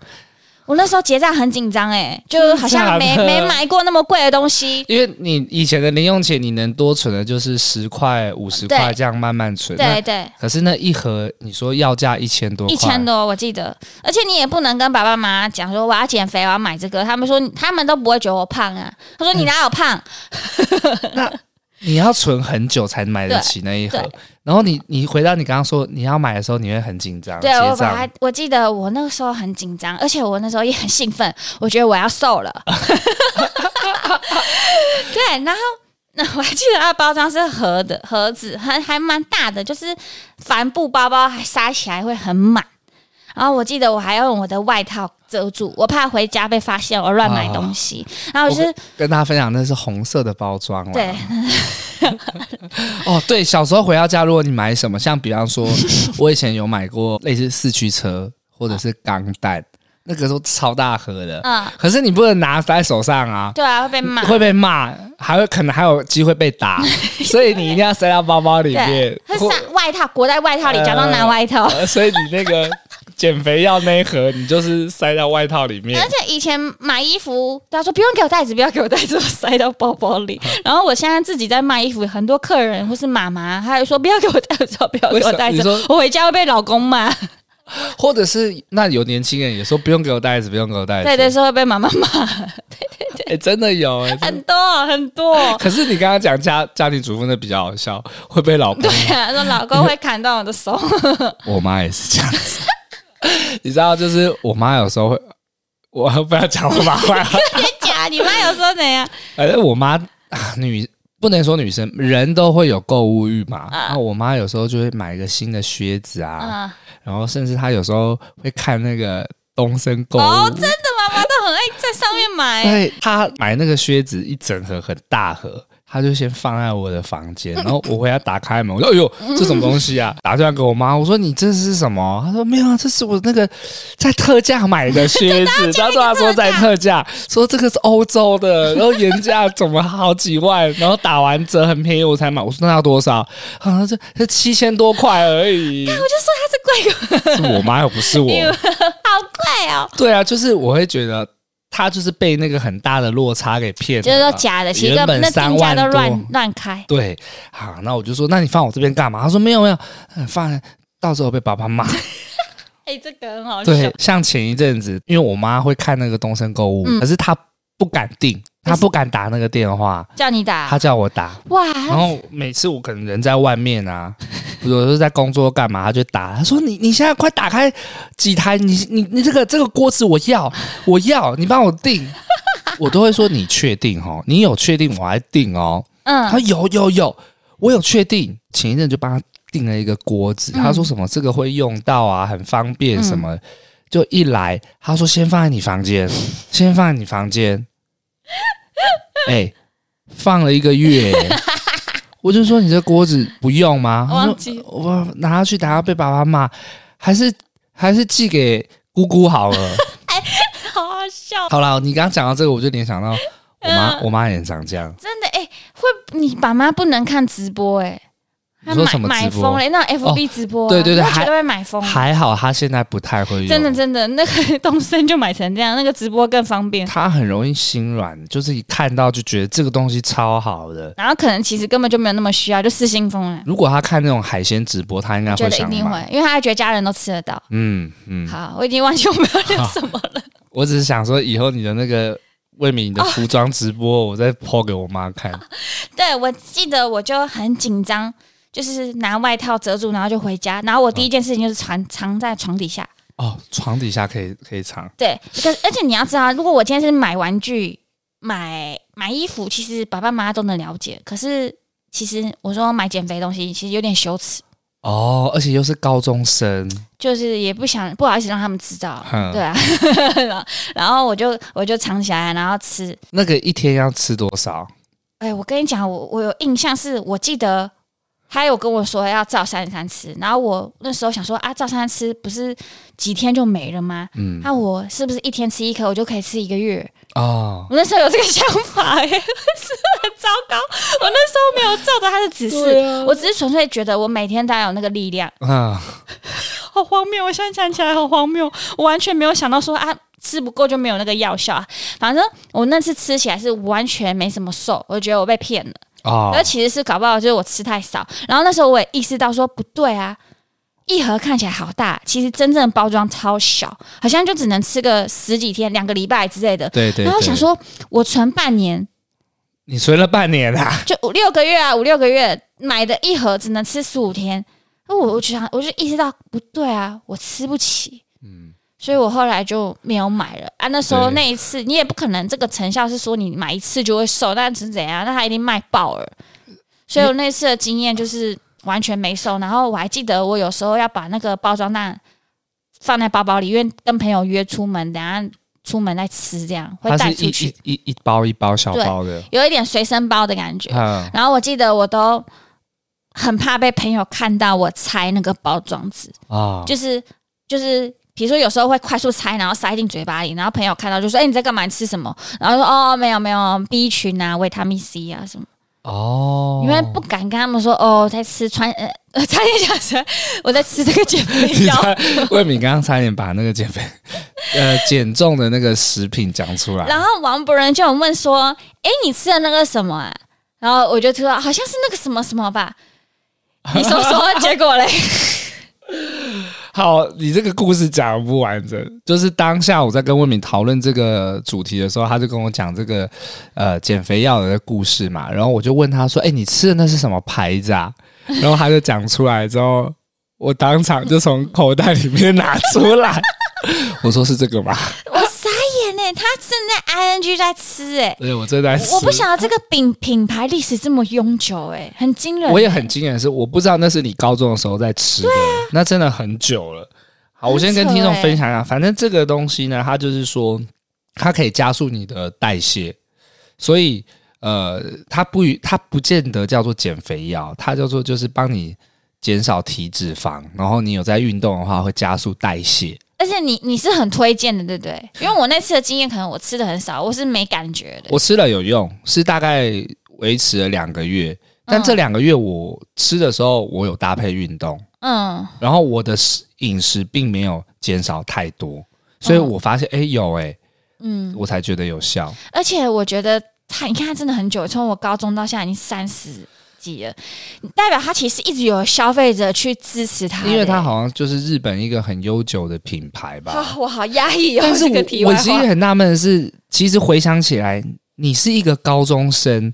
Speaker 1: 我那时候结账很紧张哎，就好像没
Speaker 2: 真的假
Speaker 1: 没
Speaker 2: 的
Speaker 1: 买过那么贵的东西，
Speaker 2: 因为你以前的零用钱，你能多存的就是十块、五十块
Speaker 1: 对
Speaker 2: 这样慢慢存。那
Speaker 1: 对对。
Speaker 2: 可是那一盒，你说要价一千多块，
Speaker 1: 一千多，我记得。而且你也不能跟爸爸妈妈讲说我要减肥，我要买这个。他们说他们都不会觉得我胖啊。他说你
Speaker 2: 嗯
Speaker 1: 哪有胖？
Speaker 2: 你要存很久才买得起那一盒
Speaker 1: 对。
Speaker 2: 然后你你回到你刚刚说你要买的时候，你会很紧张，
Speaker 1: 对啊我
Speaker 2: 结
Speaker 1: 把
Speaker 2: 账
Speaker 1: 它，我记得我那个时候很紧张，而且我那时候也很兴奋，我觉得我要瘦了。 对，然后。那我还记得它的包装是盒的盒子，还还蛮大的，就是帆布包包，还塞起来会很满。然后我记得我还要用我的外套遮住，我怕回家被发现我乱
Speaker 2: 啊
Speaker 1: 买东西。然后我就是
Speaker 2: 跟大家分享那是红色的包装啦
Speaker 1: 对，
Speaker 2: 哦，对，小时候回到家，如果你买什么，像比方说， 我以前有买过类似四驱车或者是钢弹，那个都超大盒的，
Speaker 1: 嗯，
Speaker 2: 可是你不能拿在手上啊，
Speaker 1: 对啊，会被骂，
Speaker 2: 会被骂，还会可能还有机会被 打，所以你一定要塞到包包里面
Speaker 1: 对，。他
Speaker 2: 或
Speaker 1: 上外套裹在外套里，假装拿外套。
Speaker 2: 呃所以你那个减肥药那一盒，你就是塞到外套里 面
Speaker 1: 而。且以前买衣服，他说不用给我袋子，不要给我袋子，我塞到包包 里。然后我现在自己在卖衣服，很多客人或是妈妈，他还说不要给我袋子，不要给我袋
Speaker 2: 为
Speaker 1: 子
Speaker 2: 什么你，
Speaker 1: 我回家会被老公骂。
Speaker 2: 或者是那有年轻人也说不用给我袋子，不用给我袋子。
Speaker 1: 对对，是会被妈妈骂，
Speaker 2: 哎、真的有哎、真的
Speaker 1: 很多很多。
Speaker 2: 可是你刚刚讲家家庭主妇那比较好笑，会被老公
Speaker 1: 对啊，说老公会砍断我的 手。
Speaker 2: 我妈也是这样子。 你知道，就是我妈有时候会，我不要讲我 妈坏话，
Speaker 1: 真的假？你妈有说怎样？
Speaker 2: 反正我妈啊女不能说女生，人都会有购物欲嘛。那、我妈有时候就会买一个新的靴子啊，
Speaker 1: 啊，
Speaker 2: 然后甚至她有时候会看那个东森购物。
Speaker 1: 哦，真的，妈妈都很爱在上面买。
Speaker 2: 对她买那个靴子一整盒很大盒，她就先放在我的房 间，然后我回家打开门，我说：“哎呦，这什么东西 啊？”打电话给我妈，我说：“你这是什么？”她说：“没有啊，这是我那个在特价买的靴子。”她说：“她说 在特价，说这个是欧洲 的，然后原价怎么好几万，然后打完折很便宜，我才买。”我说：“那要多少？”好像这这七千多块而已。
Speaker 1: 我就说它是贵
Speaker 2: 是我妈又不是我。
Speaker 1: 因为好贵哦，
Speaker 2: 对啊，就是我会觉得她就是被那个很大的落差给骗了啊，
Speaker 1: 就是说假的，其实根本那
Speaker 2: 原本
Speaker 1: 定价
Speaker 2: 3万
Speaker 1: 都
Speaker 2: 多
Speaker 1: 乱乱开。
Speaker 2: 对，好，那我就说，那你放我这边干嘛？他说没有没有，嗯放到时候被爸爸骂。
Speaker 1: 哎、这个很好笑。
Speaker 2: 对，像前一阵子，因为我妈会看那个东森购物，
Speaker 1: 嗯
Speaker 2: 可是她不敢订，她不敢打那个电话，
Speaker 1: 叫你打
Speaker 2: 她叫我打。
Speaker 1: 哇，
Speaker 2: 然后每次我可能人在外面啊，我有时候在工作干嘛，她就打，她说你你现在快打开几台，你你你这个这个锅子我要我要，你帮我订。 我都会说你确定哦，你有确定我还订哦。
Speaker 1: 嗯
Speaker 2: 他，有有有，我有确定，前一阵就帮他订了一个锅子，
Speaker 1: 嗯
Speaker 2: 他说什么这个会用到啊，很方便什么，就一来他说先放在你房间，先放在你房间，哎、放了一个月、我就说你这锅子不用吗？
Speaker 1: 忘记
Speaker 2: 他说哦我拿下去，等下被爸爸骂，还是还是寄给姑姑好了。
Speaker 1: 好好笑，
Speaker 2: 好啦，你刚刚讲到这个，我就联想到我妈，
Speaker 1: 嗯
Speaker 2: 我妈也很常这样。
Speaker 1: 真的哎、会你爸妈不能看直播哎、他
Speaker 2: 你说
Speaker 1: 买
Speaker 2: 什么
Speaker 1: 买
Speaker 2: 直播哦
Speaker 1: 疯了，那 FB 直播啊、
Speaker 2: 对对对
Speaker 1: 那
Speaker 2: 还
Speaker 1: 绝对会买疯。
Speaker 2: 还好她现在不太会用，
Speaker 1: 哦真的真的，那个东森就买成这样，那个直播更方便。
Speaker 2: 他很容易心软，就是一看到就觉得这个东西超好的。
Speaker 1: 然后可能其实根本就没有那么需要，就失心疯了。
Speaker 2: 如果他看那种海鲜直播，他应该
Speaker 1: 啊嗯觉
Speaker 2: 会
Speaker 1: 得一
Speaker 2: 想
Speaker 1: 定
Speaker 2: 买。
Speaker 1: 会，因为他还觉得家人都吃得到。
Speaker 2: 嗯嗯，
Speaker 1: 好，我已经忘记我们要 聊什么了。
Speaker 2: 我只是想说，以后你的那个魏敏的服 装直播，我再抛给我妈看。
Speaker 1: 对，我记得我就很紧张，就是拿外套遮住，然后就回家。然后我第一件事情就是藏藏在床底下。
Speaker 2: 哦，床底下可以可以藏，
Speaker 1: 对，可而且你要知道，如果我今天是买玩具、买买衣服，其实爸爸妈妈都能了解。可是其实我说买减肥东西，其实有点羞耻，
Speaker 2: 哦，而且又是高中生，
Speaker 1: 就是也不想不好意思让他们知道。
Speaker 2: 哼
Speaker 1: 对，啊， 然后然后我就我就藏起来，然后吃。
Speaker 2: 那个一天要吃多少？
Speaker 1: 哎，我跟你讲，我我有印象是，我记得他有跟我说要照三三吃，然后我那时候想说啊，照三三吃不是几天就没了吗？
Speaker 2: 嗯，
Speaker 1: 那、我是不是一天吃一颗，我就可以吃一个月？
Speaker 2: 哦，
Speaker 1: 我那时候有这个 想法、哎，是很糟糕。我那时候没有照着他的指示，我只是纯粹觉得我每天大概有那个力量，
Speaker 2: 嗯，
Speaker 1: 好荒谬！我现在想起来好荒谬，我完全没有想到说啊，吃不够就没有那个药效啊。反正我那次吃起来是完全没什么瘦，我就觉得我被骗了。
Speaker 2: 哦
Speaker 1: 而，其实是搞不好就是我吃太少，然后那时候我也意识到说不对啊，一盒看起来好大，其实真正的包装超小，好像就只能吃个十几天、两个礼拜之类的。
Speaker 2: 对对
Speaker 1: 然后想
Speaker 2: 对
Speaker 1: 说，我存半年
Speaker 2: 你存了半年啦，
Speaker 1: 就五六个月啊，五六个月买的一盒只能吃十五天，那我我就想，我就意识到不对啊，我吃不起。
Speaker 2: 嗯，
Speaker 1: 所以我后来就没有买了啊。那时候
Speaker 2: 对
Speaker 1: 那一次，你也不可能这个成效是说你买一次就会瘦，那是怎样？那他一定卖爆了。所以我那次的经验就是完全没瘦，然后我还记得我有时候要把那个包装袋放在包包里，因为跟朋友约出门，等下出门再吃，这样会
Speaker 2: 它是
Speaker 1: 带出
Speaker 2: 一
Speaker 1: 去，
Speaker 2: 一一一包一包小包的，
Speaker 1: 有一点随身包的感觉。
Speaker 2: 嗯，
Speaker 1: 然后我记得我都很怕被朋友看到我拆那个包装纸，
Speaker 2: 啊，
Speaker 1: 就是就是，比如说有时候会快速拆，然后塞进嘴巴里，然后朋友看到就说：“哎、你在干嘛？你吃什么？”然后就说：“哦，没有没有，B 群啊，维他命 C 啊什么。
Speaker 2: 哦，
Speaker 1: 因为不敢跟他们说：“哦，在吃穿呃，呃 差点想成我在吃这个哦减肥
Speaker 2: 你
Speaker 1: 药。
Speaker 2: 差魏敏刚刚差点把那个减肥呃减重的那个食品讲出”来，
Speaker 1: 然后王博仁就有问说：“哎、你吃的那个什么、啊？”然后我就说：“好像是那个什么什么吧。”你说说，结果嘞？
Speaker 2: 好，你这个故事讲不完整，就是当下我在跟魏敏讨论这个主题的时候，他就跟我讲这个呃减肥药的故事嘛，然后我就问他说：“哎、你吃的那是什么牌子啊？”然后他就讲出来之后，我当场就从口袋里面拿出来， 我说是这个吧？
Speaker 1: 我傻眼呢、他正在 ing 在吃哎、
Speaker 2: 对，我正在吃。
Speaker 1: 我不晓得这个品品牌历史这么悠久、欸，很惊 人、
Speaker 2: 我也很惊人的是，我不知道那是你高中的时候在吃的，那真的很久了。好，我先跟听众分享一下，反正这个东西呢，它就是说，它可以加速你的代谢，所以呃，它不它不见得叫做减肥药，它叫做就是帮你减少体脂肪，然后你有在运动的话，会加速代谢。
Speaker 1: 而且你你是很推荐的，对不对？因为我那次的经验，可能我吃的很少，我是没感觉的。
Speaker 2: 我吃了有用，是大概维持了两个月，但这两个月我吃的时候，我有搭配运动。
Speaker 1: 嗯，
Speaker 2: 然后我的食饮食并没有减少太多，所
Speaker 1: 嗯
Speaker 2: 以我发现哎、诶有哎、嗯，我才觉得有效。
Speaker 1: 而且我觉得他，你看他真的很久，从我高中到现在已经三十几了，代表他其实一直有消费者去支持他的，
Speaker 2: 因为它好像就是日本一个很悠久的品牌吧。
Speaker 1: 啊，我好压抑哦，
Speaker 2: 但是
Speaker 1: 这
Speaker 2: 我
Speaker 1: 个题
Speaker 2: 我
Speaker 1: 外
Speaker 2: 其实
Speaker 1: 话。
Speaker 2: 很纳闷的是，其实回想起来，你是一个高中生，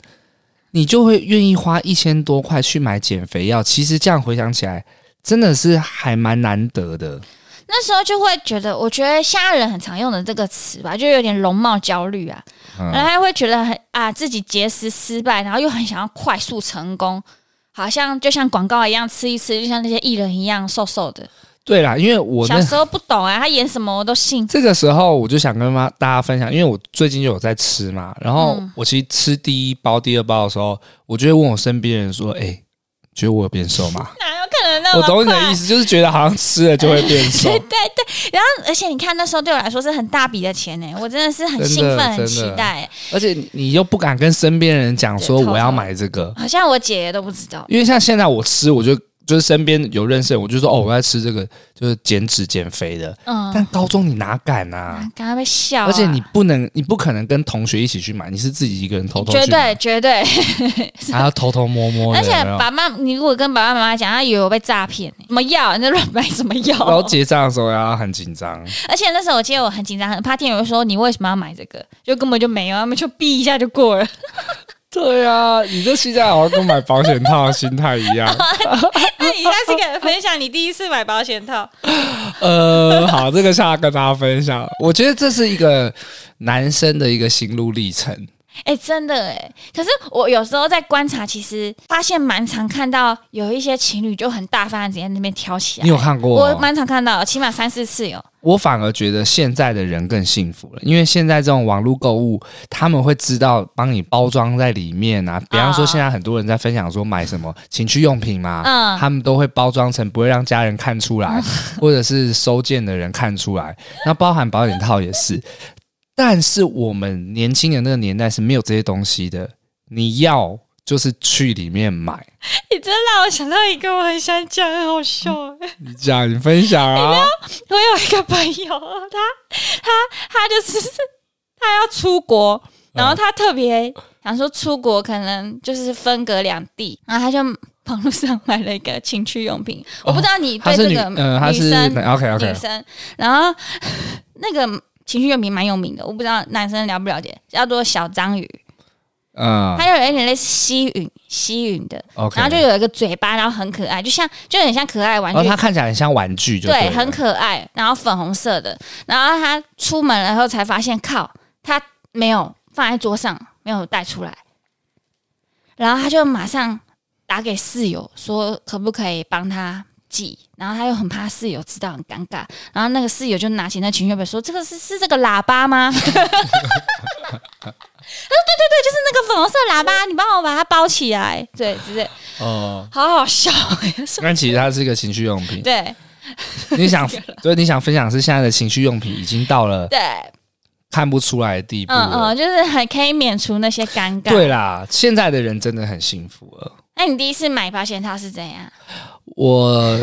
Speaker 2: 你就会愿意花一千多块去买减肥药。其实这样回想起来，真的是还蛮难得的。
Speaker 1: 那时候就会觉得，我觉得现在人很常用的这个词吧，就有点容貌焦虑啊，
Speaker 2: 嗯
Speaker 1: 然后他会觉得很啊，自己节食失败，然后又很想要快速成功，好像就像广告一样吃一吃，就像那些艺人一样瘦瘦的。
Speaker 2: 对啦，因为我那
Speaker 1: 小时候不懂啊，他演什么我都信。
Speaker 2: 这个时候我就想跟妈大家分享，因为我最近就有在吃嘛，然后
Speaker 1: 嗯
Speaker 2: 我其实吃第一包、第二包的时候，我就会问我身边人说：“哎、觉 得我有变瘦吗
Speaker 1: 哪有可啊 能？”那
Speaker 2: 我
Speaker 1: 么快？
Speaker 2: 懂你的意思，就是觉得好像吃了就会变 瘦
Speaker 1: 对，对对，然后而且你看那时候对我来说是很大笔的钱呢、欸我真的是很兴
Speaker 2: 真
Speaker 1: 奋、
Speaker 2: 的
Speaker 1: 很期
Speaker 2: 真的
Speaker 1: 待欸、
Speaker 2: 而且你你又不敢跟身边人讲说
Speaker 1: 对偷偷
Speaker 2: 我要买这个，
Speaker 1: 好像我姐也都不知道。
Speaker 2: 因为像现在我吃，我就就是身边有认识人，我就说：“哦，我在吃这个，就是减脂减肥的。”
Speaker 1: 嗯，
Speaker 2: 但高中你哪敢啊？
Speaker 1: 刚刚被笑啊、
Speaker 2: 而且你不能，你不可能跟同学一起去买，你是自己一个人偷偷
Speaker 1: 绝
Speaker 2: 去买，
Speaker 1: 对绝对，
Speaker 2: 还要偷偷摸摸 的。
Speaker 1: 而且
Speaker 2: 有没有
Speaker 1: 爸妈，你如果跟爸爸妈妈讲，他以为我被诈骗欸、什么药，你在乱买什么药？
Speaker 2: 然后结账的时候要很紧张，
Speaker 1: 而且那时候我记得我 很紧张，很怕店员说你为什么要买这个，就根本就没有，他们就避一下就过了。
Speaker 2: 对啊，你这现在好像跟买保险套的心态一样。
Speaker 1: 那哎你下次 给分享你第一次买保险套，
Speaker 2: 呃，好，这个下跟大家分享。我觉得这是一个男生的一个心路历程。
Speaker 1: 哎、真的哎、可是我有时候在观察，其实发现蛮常看到有一些情侣就很大方的直接那边挑起来。
Speaker 2: 你有看过
Speaker 1: 我
Speaker 2: 哦？
Speaker 1: 蛮常看到，起码三四次有。
Speaker 2: 我反而觉得现在的人更幸福了，因为现在这种网络购物，他们会知道帮你包装在里面啊。比方说，
Speaker 1: 啊
Speaker 2: 现在很多人在分享说买什么情趣用品嘛，
Speaker 1: 嗯
Speaker 2: 他们都会包装成不会让家人看出来，或者是收件的人看出来。那包含保险套也是，但是我们年轻的那个年代是没有这些东西的，你要就是去里面买。
Speaker 1: 你真让我想到一个我很想讲，很好笑。
Speaker 2: 你讲，你分享啊，
Speaker 1: 我有一个朋友，他他他就是他要出国，
Speaker 2: 嗯
Speaker 1: 然后他特别想说出国可能就是分隔两地，然后他就网络上买了一个情趣用品。我不知道你
Speaker 2: 她
Speaker 1: 对
Speaker 2: 哦是
Speaker 1: 这
Speaker 2: 女，
Speaker 1: 个
Speaker 2: 呃，她是
Speaker 1: 生
Speaker 2: OK OK
Speaker 1: 女。生，然后那个情趣用品蛮有名的，我不知道男生了不了解，叫做小章鱼，
Speaker 2: 嗯
Speaker 1: 它就有一点类似吸吮吸吮的，
Speaker 2: 哦，OK，
Speaker 1: 然后就有一个嘴巴，然后很可爱，就像就很像可爱玩具
Speaker 2: 然后它看起来很像玩具就
Speaker 1: 对，
Speaker 2: 了
Speaker 1: 很可爱，然后粉红色的，然后他出门了以后才发现，靠，他没有放在桌上，没有带出来，然后他就马上打给室友说，可不可以帮他寄？然后他又很怕室友知道，很尴尬。然后那个室友就拿起那情绪本说：“这个是是这个喇叭 吗？” 他说：“对对对，就是那个粉红色喇叭，你帮我把它包起来。”对，直接
Speaker 2: 哦。
Speaker 1: 好好笑、 欸，
Speaker 2: 但其实它是一个情趣用品，
Speaker 1: 对
Speaker 2: 你想，对，你想分享是现在的情趣用品已经到了
Speaker 1: 对，
Speaker 2: 看不出来的地步
Speaker 1: 嗯
Speaker 2: 了。
Speaker 1: 嗯，就是很可以免除那些尴尬。
Speaker 2: 对，啦，现在的人真的很幸福了。
Speaker 1: 那你第一次买保险套是怎样？
Speaker 2: 我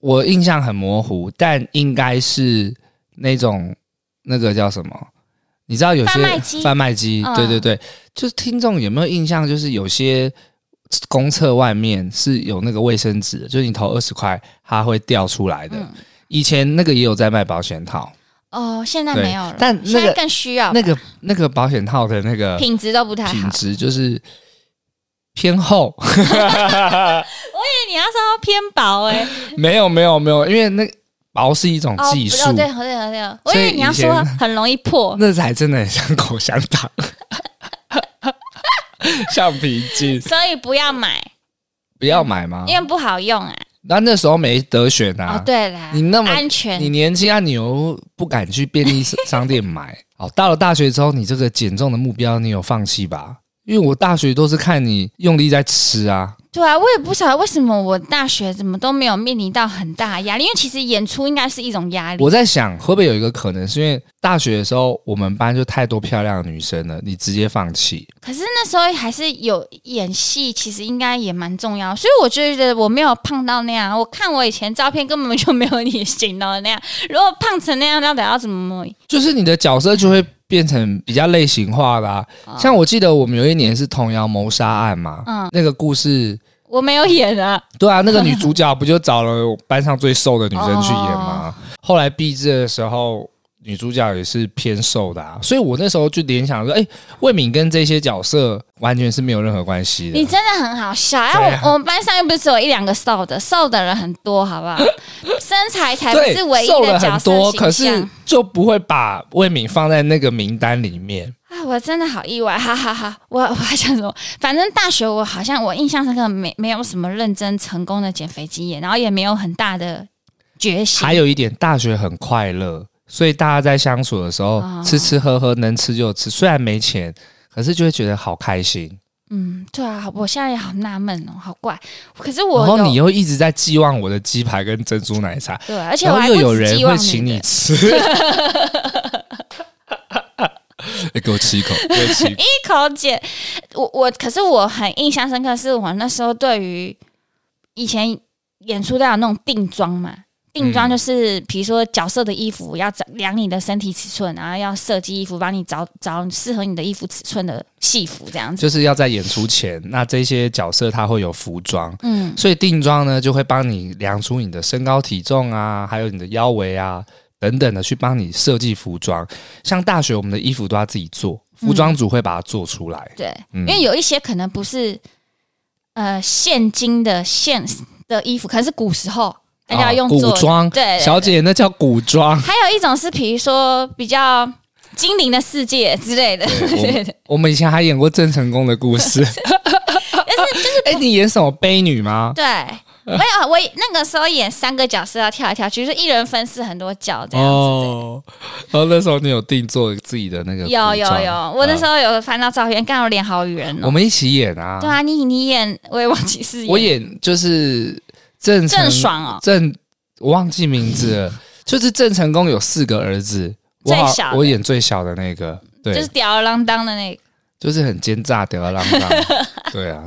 Speaker 2: 我印象很模糊，但应该是那种那个叫什么？你知道有些
Speaker 1: 贩卖机
Speaker 2: 贩卖机，
Speaker 1: 嗯
Speaker 2: 对对对，就是听众有没有印象？就是有些公厕外面是有那个卫生纸的，就是你投二十块，它会掉出来的。
Speaker 1: 嗯
Speaker 2: 以前那个也有在卖保险套，
Speaker 1: 哦，现在
Speaker 2: 对
Speaker 1: 没有了，
Speaker 2: 但那
Speaker 1: 现在
Speaker 2: 个
Speaker 1: 更需要吧
Speaker 2: 那个那个保险套的那个
Speaker 1: 品质都不太好。
Speaker 2: 品质就是偏厚，
Speaker 1: 哎因为你要说偏薄哎、欸，
Speaker 2: 没有没有没有，因为那薄是一种
Speaker 1: 哦，
Speaker 2: 嗯技术，
Speaker 1: 不对对对对，我
Speaker 2: 所
Speaker 1: 以
Speaker 2: 以
Speaker 1: 为你要
Speaker 2: 以前
Speaker 1: 说很容易 破，
Speaker 2: 那才真的很像口香 糖，橡皮筋，
Speaker 1: 所以不要买，
Speaker 2: 不要买吗？
Speaker 1: 因为不好用啊。
Speaker 2: 那那时候没得选
Speaker 1: 哦
Speaker 2: 啊，，
Speaker 1: 对啦，
Speaker 2: 你那么
Speaker 1: 安全
Speaker 2: 你年轻啊，你又不敢去便利商商店买。好，到了大学之后，你这个减重的目标你有放弃吧？因为我大学都是看你用力在吃啊，
Speaker 1: 对啊，我也不晓得为什么我大学怎么都没有面临到很大的压力，因为其实演出应该是一种压力。
Speaker 2: 我在想会不会有一个可能，是因为大学的时候我们班就太多漂亮的女生了，你直接放弃。
Speaker 1: 可是那时候还是有演戏，其实应该也蛮重要，所以我觉得我没有胖到那样。我看我以前照片根本就没有你形容的那样，如果胖成那样，到底要怎么摸？
Speaker 2: 就是你的角色就会变成比较类型化啦、
Speaker 1: 哦
Speaker 2: 像我记得我们有一年是童谣谋杀案嘛，
Speaker 1: 嗯
Speaker 2: 那个故事，
Speaker 1: 我没有演啊，
Speaker 2: 对啊，那个女主角不就找了班上最瘦的女生去演
Speaker 1: 哦
Speaker 2: 吗？后来毕制的时候，女主角也是偏瘦的啊，所以我那时候就联想说，哎、魏敏跟这些角色完全是没有任何关系
Speaker 1: 你
Speaker 2: 的。
Speaker 1: 真的很好笑。哎、
Speaker 2: 对啊
Speaker 1: 我我们班上又不是只有一两个瘦的，瘦的人很多，好 不好？身材才不
Speaker 2: 对
Speaker 1: 是唯，一
Speaker 2: 瘦
Speaker 1: 的
Speaker 2: 了
Speaker 1: 角
Speaker 2: 很
Speaker 1: 色
Speaker 2: 多，
Speaker 1: 形
Speaker 2: 可是
Speaker 1: 象。
Speaker 2: 就不会把魏敏放在那个名单里面。
Speaker 1: 啊，我真的好意外，哈哈哈我 我还想说，反正大学我好像我印象深刻，没没有什么认真成功的减肥经验，然后也没有很大的觉醒
Speaker 2: 还。有一点，大学很快乐，所以大家在相处的时候，
Speaker 1: 哦
Speaker 2: 吃吃喝喝，能吃就吃，虽然没钱，可是就会觉得好开心。
Speaker 1: 嗯，对啊，好我现在也好纳闷哦，好怪。可是
Speaker 2: 然
Speaker 1: 我
Speaker 2: 后
Speaker 1: 有
Speaker 2: 你又一直在寄望我的鸡排跟珍珠奶茶，
Speaker 1: 对，而且
Speaker 2: 然
Speaker 1: 我
Speaker 2: 后
Speaker 1: 还
Speaker 2: 又
Speaker 1: 不
Speaker 2: 有
Speaker 1: 止
Speaker 2: 人
Speaker 1: 寄
Speaker 2: 会
Speaker 1: 望
Speaker 2: 请你
Speaker 1: 的。
Speaker 2: 吃。 哎给我吃一口，给我吃一口。
Speaker 1: 一口姐，我我可是我很印象深刻，是我那时候对于以前演出都有那种定妆嘛。定
Speaker 2: 嗯
Speaker 1: 妆就是，比如说角色的衣服要找量你的身体尺寸，然后要设计衣服，帮你找找适合你的衣服尺寸的戏服这样子。
Speaker 2: 就是要在演出前，那这些角色他会有服装，
Speaker 1: 嗯，
Speaker 2: 所以定妆呢就会帮你量出你的身高体重啊，还有你的腰围啊等等的去帮你设计服装。像大学我们的衣服都要自己做，
Speaker 1: 嗯
Speaker 2: 服装组会把它做出来。
Speaker 1: 对，
Speaker 2: 嗯
Speaker 1: 因为有一些可能不是呃现今的现的衣服，可能是古时候大家
Speaker 2: 啊
Speaker 1: 用
Speaker 2: 古
Speaker 1: 做的
Speaker 2: 装，
Speaker 1: 对对对
Speaker 2: 小姐那叫古 装。
Speaker 1: 还有一种是，比如说比较精灵的世界之类的，
Speaker 2: 对
Speaker 1: 对对，
Speaker 2: 我们以前还演过郑成功的 故事，哎、你演什么悲女吗？
Speaker 1: 对。 没有，我那个时候演三个角色要跳来跳去，就是一人分饰很多角这样子。
Speaker 2: 哦，然后那时候你有定做自己的那个古
Speaker 1: 有
Speaker 2: 装，
Speaker 1: 有有，我那时
Speaker 2: 候、
Speaker 1: 候有翻到照片，看我脸好圆哦
Speaker 2: 我。们一起演啊，
Speaker 1: 对啊，你你演我也忘记是
Speaker 2: 我演就是郑成
Speaker 1: 郑爽哦，
Speaker 2: 郑，我忘记名字了，就是郑成功有四个儿子，我
Speaker 1: 最
Speaker 2: 好
Speaker 1: 小的
Speaker 2: 我演最小的那个，对，
Speaker 1: 就是吊儿郎当的那个。
Speaker 2: 就是很奸诈吊儿郎当，对啊，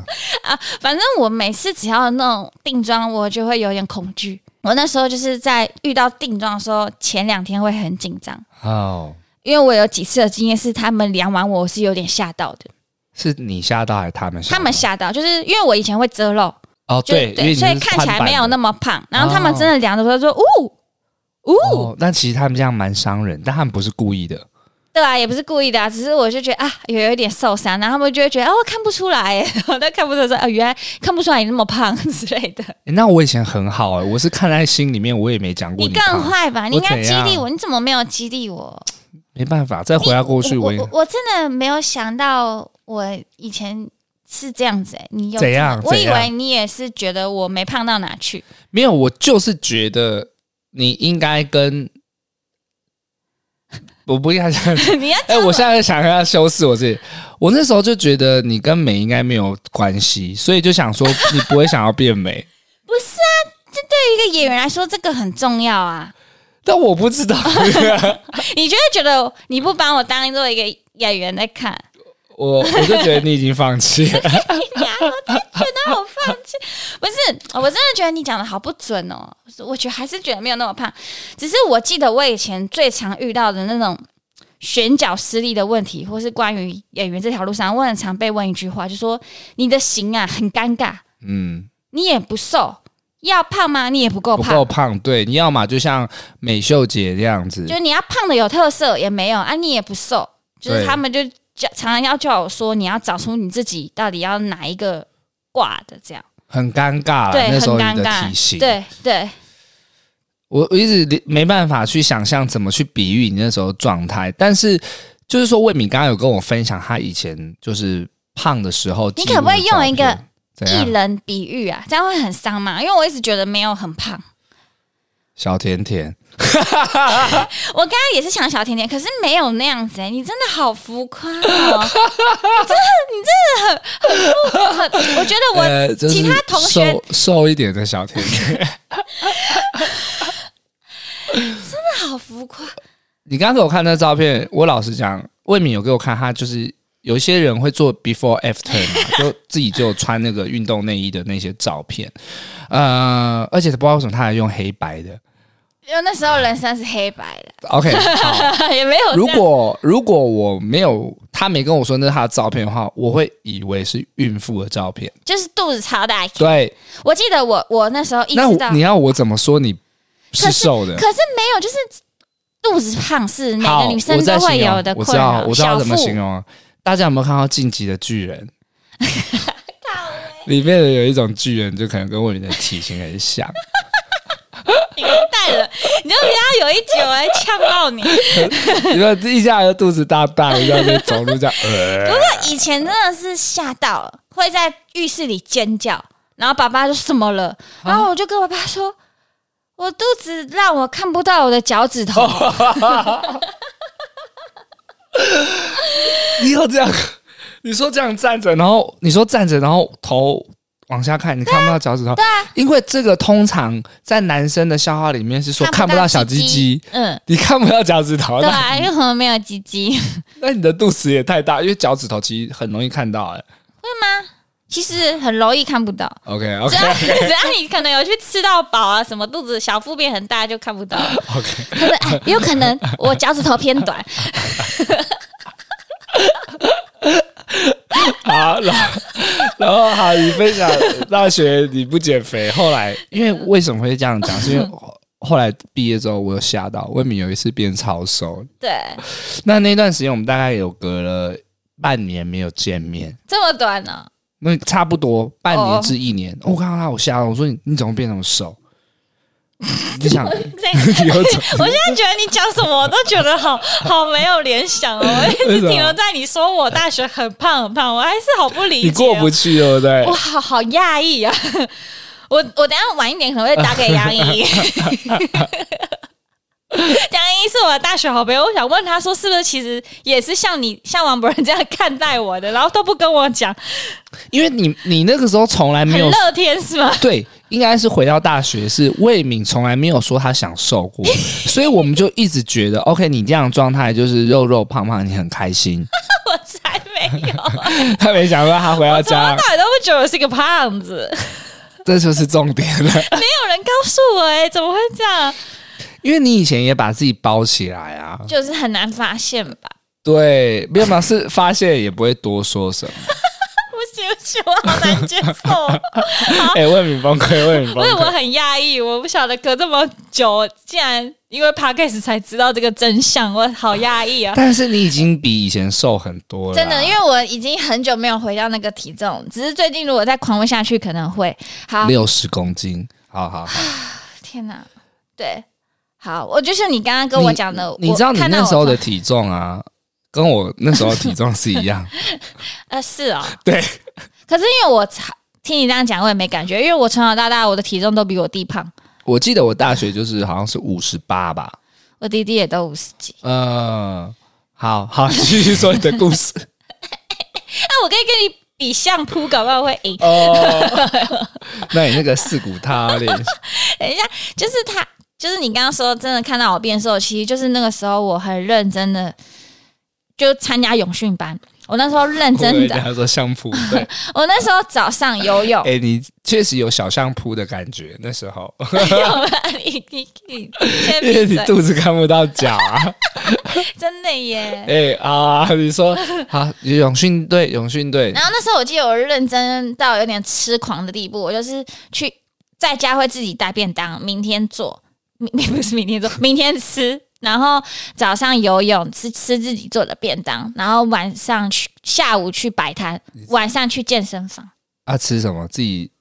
Speaker 1: 反正我每次只要有那种定妆，我就会有点恐惧。我那时候就是在遇到定妆的时候，前两天会很紧张，
Speaker 2: 哦，
Speaker 1: 因为我有几次的经验是他们量完我，我是有点吓到的。
Speaker 2: 是你吓到还是他们吓到？
Speaker 1: 他们吓到，就是因为我以前会遮肉，
Speaker 2: 哦，
Speaker 1: 就
Speaker 2: 对，因为你
Speaker 1: 所以
Speaker 2: 是
Speaker 1: 看起来
Speaker 2: 宽版
Speaker 1: 没有
Speaker 2: 的
Speaker 1: 那么胖。然后
Speaker 2: 哦
Speaker 1: 他们真的量的时候说，呜呜，
Speaker 2: 哦，那其实他们这样蛮伤人，但他们不是故意的。
Speaker 1: 对啊，也不是故意的啊，只是我就觉得啊，有有一点受伤，然后他们就会觉得哦，看不出来 耶，我都看不出来说啊，原来看不出来你那么胖之类的。
Speaker 2: 诶那我以前很好哎、我是看在心里面，我也没讲过
Speaker 1: 你
Speaker 2: 你
Speaker 1: 更
Speaker 2: 胖，
Speaker 1: 坏吧？你应该激
Speaker 2: 我怎
Speaker 1: 励
Speaker 2: 样
Speaker 1: 我，你怎么没有激励我？
Speaker 2: 没办法，再回到过去，我
Speaker 1: 我
Speaker 2: 也
Speaker 1: 我我真的没有想到，我以前是这样子、欸。你有
Speaker 2: 怎样
Speaker 1: 我以
Speaker 2: 怎样
Speaker 1: 为你也是觉得我没胖到哪去。
Speaker 2: 没有，我就是觉得你应该 跟，我不应该这样讲。
Speaker 1: 你要
Speaker 2: 哎、
Speaker 1: 这么
Speaker 2: 我现在想要修饰我自己，我那时候就觉得你跟美应该没有关系，所以就想说你不会想要 变美，
Speaker 1: 不是啊，这对于一个演员来说，这个很重要啊。
Speaker 2: 但我 不知道，
Speaker 1: 你就会觉得你不把我当做一个演员在看，
Speaker 2: 我我就觉得你已经放弃 了。
Speaker 1: 哎呀，我真觉得我放弃。不是，哦我真的觉得你讲的好不准哦。我觉得还是觉得没有那么胖，只是我记得我以前最常遇到的那种选角失利的问题，或是关于演员这条路上，我很常被问一句话，就说你的型啊很尴尬，
Speaker 2: 嗯。
Speaker 1: 你也不瘦，要胖吗？你也不够
Speaker 2: 不
Speaker 1: 胖
Speaker 2: 够。胖，对，你要嘛就像美秀姐这样子
Speaker 1: 就，是你要胖的有特色也没有啊，你也不瘦，就是
Speaker 2: 对
Speaker 1: 他们就叫常常要叫我说，你要找出你自己到底要哪一个挂的这样，
Speaker 2: 很尴尬啦。
Speaker 1: 对，
Speaker 2: 啊那时
Speaker 1: 很
Speaker 2: 候
Speaker 1: 尴
Speaker 2: 你的
Speaker 1: 尬
Speaker 2: 体型，，
Speaker 1: 对对，
Speaker 2: 我我一直没办法去想象怎么去比喻你那时候的状态。但是就是说，魏敏刚刚有跟我分享她以前就是胖的时候，
Speaker 1: 你可不可以用一个
Speaker 2: 怎
Speaker 1: 艺
Speaker 2: 样
Speaker 1: 人比喻啊，这样会很伤嘛？因为我一直觉得没有很胖，
Speaker 2: 小甜甜？
Speaker 1: 我刚刚也是想小甜甜，可是没有那样子、欸，你真的好浮夸哦， 你真的你真的很很不很，我觉得我
Speaker 2: 呃，就是
Speaker 1: 其他同学
Speaker 2: 瘦瘦一点的小甜甜。
Speaker 1: 真的好浮夸，
Speaker 2: 你刚刚给我看那照片，我老实讲，魏敏有给我看，她就是有一些人会做 before after 嘛，就自己就有穿那个运动内衣的那些照片，呃，而且不知道为什么她还用黑白的。
Speaker 1: 因为那时候人生是黑白
Speaker 2: OK，好，
Speaker 1: 的， 也没有这样
Speaker 2: 如果如果我没有她没跟我说那是她的照片的话，我会以为是孕妇的照片。
Speaker 1: 就是肚子超大一个。
Speaker 2: 对，
Speaker 1: 我记得我我那时候意识
Speaker 2: 那我
Speaker 1: 到，
Speaker 2: 你要我怎么说你是瘦的？
Speaker 1: 可是没有，就是肚子胖是每
Speaker 2: 好，
Speaker 1: 个
Speaker 2: 我
Speaker 1: 女生
Speaker 2: 再
Speaker 1: 都
Speaker 2: 形
Speaker 1: 会
Speaker 2: 容
Speaker 1: 有的
Speaker 2: 我
Speaker 1: 困
Speaker 2: 知道
Speaker 1: 扰，，
Speaker 2: 我知道
Speaker 1: 小
Speaker 2: 怎么
Speaker 1: 腹
Speaker 2: 形容啊。大家有没有看到《晋级的巨人》？里面的有一种巨人，就可能跟我们的体型很像，
Speaker 1: 你完蛋
Speaker 2: 啊
Speaker 1: 了，你就不要有一集我会呛到你。
Speaker 2: 你说一下就肚子大大的，一下就走路这样，呃，
Speaker 1: 以前真的是吓到了，会在浴室里尖叫，然后爸爸就怎么了？
Speaker 2: 啊
Speaker 1: 然后我就跟我爸说，我肚子让我看不到我的脚趾
Speaker 2: 哦
Speaker 1: 头。
Speaker 2: 你要这样，你说这样站着，然后你说站着，然后头往下看，你看不到脚趾头，对
Speaker 1: 啊
Speaker 2: 因为这个通常在男生的笑话里面是说看不到小鸡鸡，
Speaker 1: 嗯，
Speaker 2: 你看不到脚趾头，
Speaker 1: 对
Speaker 2: 那
Speaker 1: 啊，因为可能没有鸡鸡，会
Speaker 2: 那你的肚子也太大，因为脚趾头其实很容易看到、哎
Speaker 1: 吗？其实很容易看不到。
Speaker 2: OK
Speaker 1: 只
Speaker 2: OK
Speaker 1: 要只要你可能有去吃到饱啊，什么肚子小腹变很大就看不到，
Speaker 2: OK，
Speaker 1: 可能哎，有可能我脚趾头偏短，
Speaker 2: 好，然后 然后好，你分享大学你不减肥，后来因为为什么会这样讲？是因为 后来毕业之后，我有吓到魏敏有一次变超熟。
Speaker 1: 对，
Speaker 2: 那那段时间我们大概有隔了半年没有见面，
Speaker 1: 这么短哦呢、
Speaker 2: 那差不多半
Speaker 1: 哦
Speaker 2: 年至一年。我看到他，我吓到，我说你你怎么变那 么瘦？你想
Speaker 1: 这
Speaker 2: 有种
Speaker 1: 我现在觉得你讲什么我都觉得好好没有联想 哦，我一直
Speaker 2: 为什么
Speaker 1: 停留在你说我大学很胖很胖，我还是好不理解、
Speaker 2: 你过不去，对不对
Speaker 1: 我？好好讶异啊！ 我我等一下晚一点可能会打给杨怡。 杨怡是我的大学好朋友，我想问他说，是不是其实也是像你像王博仁这样看待我的，然后都不跟我讲，
Speaker 2: 因为你你那个时候从来没
Speaker 1: 很
Speaker 2: 有
Speaker 1: 乐天是吗？
Speaker 2: 对，应该是回到大学，是魏敏从来没有说她想瘦过，所以我们就一直觉得，OK，你这样的状态就是肉肉胖胖，你很开心。
Speaker 1: 我才没 有，
Speaker 2: 他没想到他回到
Speaker 1: 从头到
Speaker 2: 家，
Speaker 1: 尾都不觉得我是个胖 子，
Speaker 2: 这就是重点
Speaker 1: 没
Speaker 2: 了，
Speaker 1: 有人告诉我哎、怎么会这样？
Speaker 2: 因为你以前也把自己包起来啊。
Speaker 1: 就是很难发现吧。
Speaker 2: 对，没有嘛，是发现也不会多说什么。
Speaker 1: 不行不行，我好难接 受。啊
Speaker 2: 哎、魏敏崩溃，魏敏
Speaker 1: 不
Speaker 2: 崩
Speaker 1: 是，我
Speaker 2: 溃。
Speaker 1: 很讶异，我不晓得隔这么久，竟然因为 podcast 才知道这个真相，我好讶异啊！
Speaker 2: 但是你已经比以前瘦很多了啊，
Speaker 1: 真的，因为我已经很久没有回到那个体重，只是最近如果再狂问下去，可能会好。
Speaker 2: 六十公斤。好好好，
Speaker 1: 天哪，对，好，我就是你刚刚跟我讲的，
Speaker 2: 你
Speaker 1: 我
Speaker 2: 知道你
Speaker 1: 看到
Speaker 2: 那
Speaker 1: 我
Speaker 2: 时候的
Speaker 1: 胖
Speaker 2: 体重啊，跟我那时候的体重是一样。
Speaker 1: 呃是哦，
Speaker 2: 对。
Speaker 1: 可是因为我才听你这样讲，我也没感觉，因为我从小到大我的体重都比我弟胖，
Speaker 2: 我记得我大学就是好像是五十八吧，
Speaker 1: 我弟弟也都五十几。
Speaker 2: 嗯，好好， 继续说你的故事
Speaker 1: 那、我可以跟你比相扑，搞不好会赢。
Speaker 2: 哦。 那你那个四股塌 裂，
Speaker 1: 等一下，就是他，就是你刚刚说真的看到我变瘦，其实就是那个时候我很认真的就参加泳训班。我那时候认真的，
Speaker 2: 他说相扑，对，
Speaker 1: 我那时候早上游 泳，
Speaker 2: 哎、你确实有小相扑的感觉，那 时候，
Speaker 1: 你你你先
Speaker 2: 因
Speaker 1: 闭
Speaker 2: 为哎
Speaker 1: 嘴，
Speaker 2: 你肚子看不到 脚啊，
Speaker 1: 真的耶。
Speaker 2: 哎、啊，你说好，泳训队，泳训队
Speaker 1: 然，后那时候我记得我认真到有点痴狂的地步，我就是去在家会自己带便当，明天做，明 不是明天做，明天吃。然后早上游泳吃吃自己做的便当，然后晚上去下午去摆摊，晚上去健身房，
Speaker 2: 啊，吃什么？自己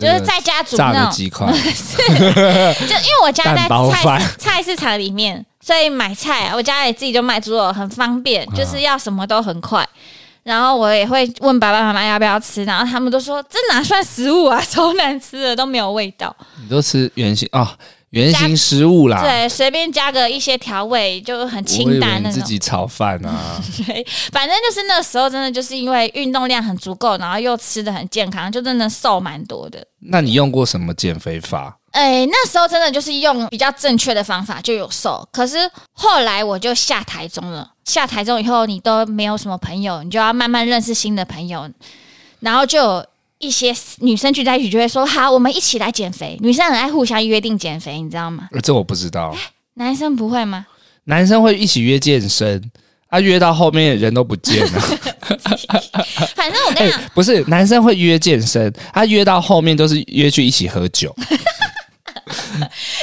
Speaker 1: 就
Speaker 2: 那
Speaker 1: 是
Speaker 2: 个
Speaker 1: 在家煮
Speaker 2: 炸
Speaker 1: 那
Speaker 2: 的
Speaker 1: 种，
Speaker 2: 鸡块，
Speaker 1: 就因为我家在
Speaker 2: 蛋包
Speaker 1: 菜
Speaker 2: 饭
Speaker 1: 市 菜市场里面，所以买菜、啊、我家里自己就卖猪肉，很方便，
Speaker 2: 嗯
Speaker 1: 就是要什么都很快。然后我也会问爸爸妈妈要不要吃，然后他们都说这哪算食物啊， 超难吃的，都没有味道。
Speaker 2: 你都吃圆形啊，圆形食物啦，
Speaker 1: 对，随便加个一些调味就很
Speaker 2: 啊我以
Speaker 1: 清
Speaker 2: 为
Speaker 1: 淡那
Speaker 2: 你自
Speaker 1: 种。
Speaker 2: 己炒饭啊。
Speaker 1: 对，反正就是那时候真的就是因为运动量很足够，然后又吃的很健康，就真的瘦蛮多的。
Speaker 2: 那你用过什么减肥法？
Speaker 1: 哎，那时候真的就是用比较正确的方法就有瘦，可是后来我就下台中了。下台中以后，你都没有什么朋友，你就要慢慢认识新的朋友，然后就有一些女生聚在一起就会说：“好，我们一起来减肥。”女生很爱互相约定减肥，你知道吗？
Speaker 2: 呃这我不知道。
Speaker 1: 男生不会吗？
Speaker 2: 男生会一起约健身，啊，约到后面人都不见 了。
Speaker 1: 反正我跟
Speaker 2: 哎、
Speaker 1: 你讲，
Speaker 2: 不是，男生会约健身，啊，约到后面都是约去一起喝酒。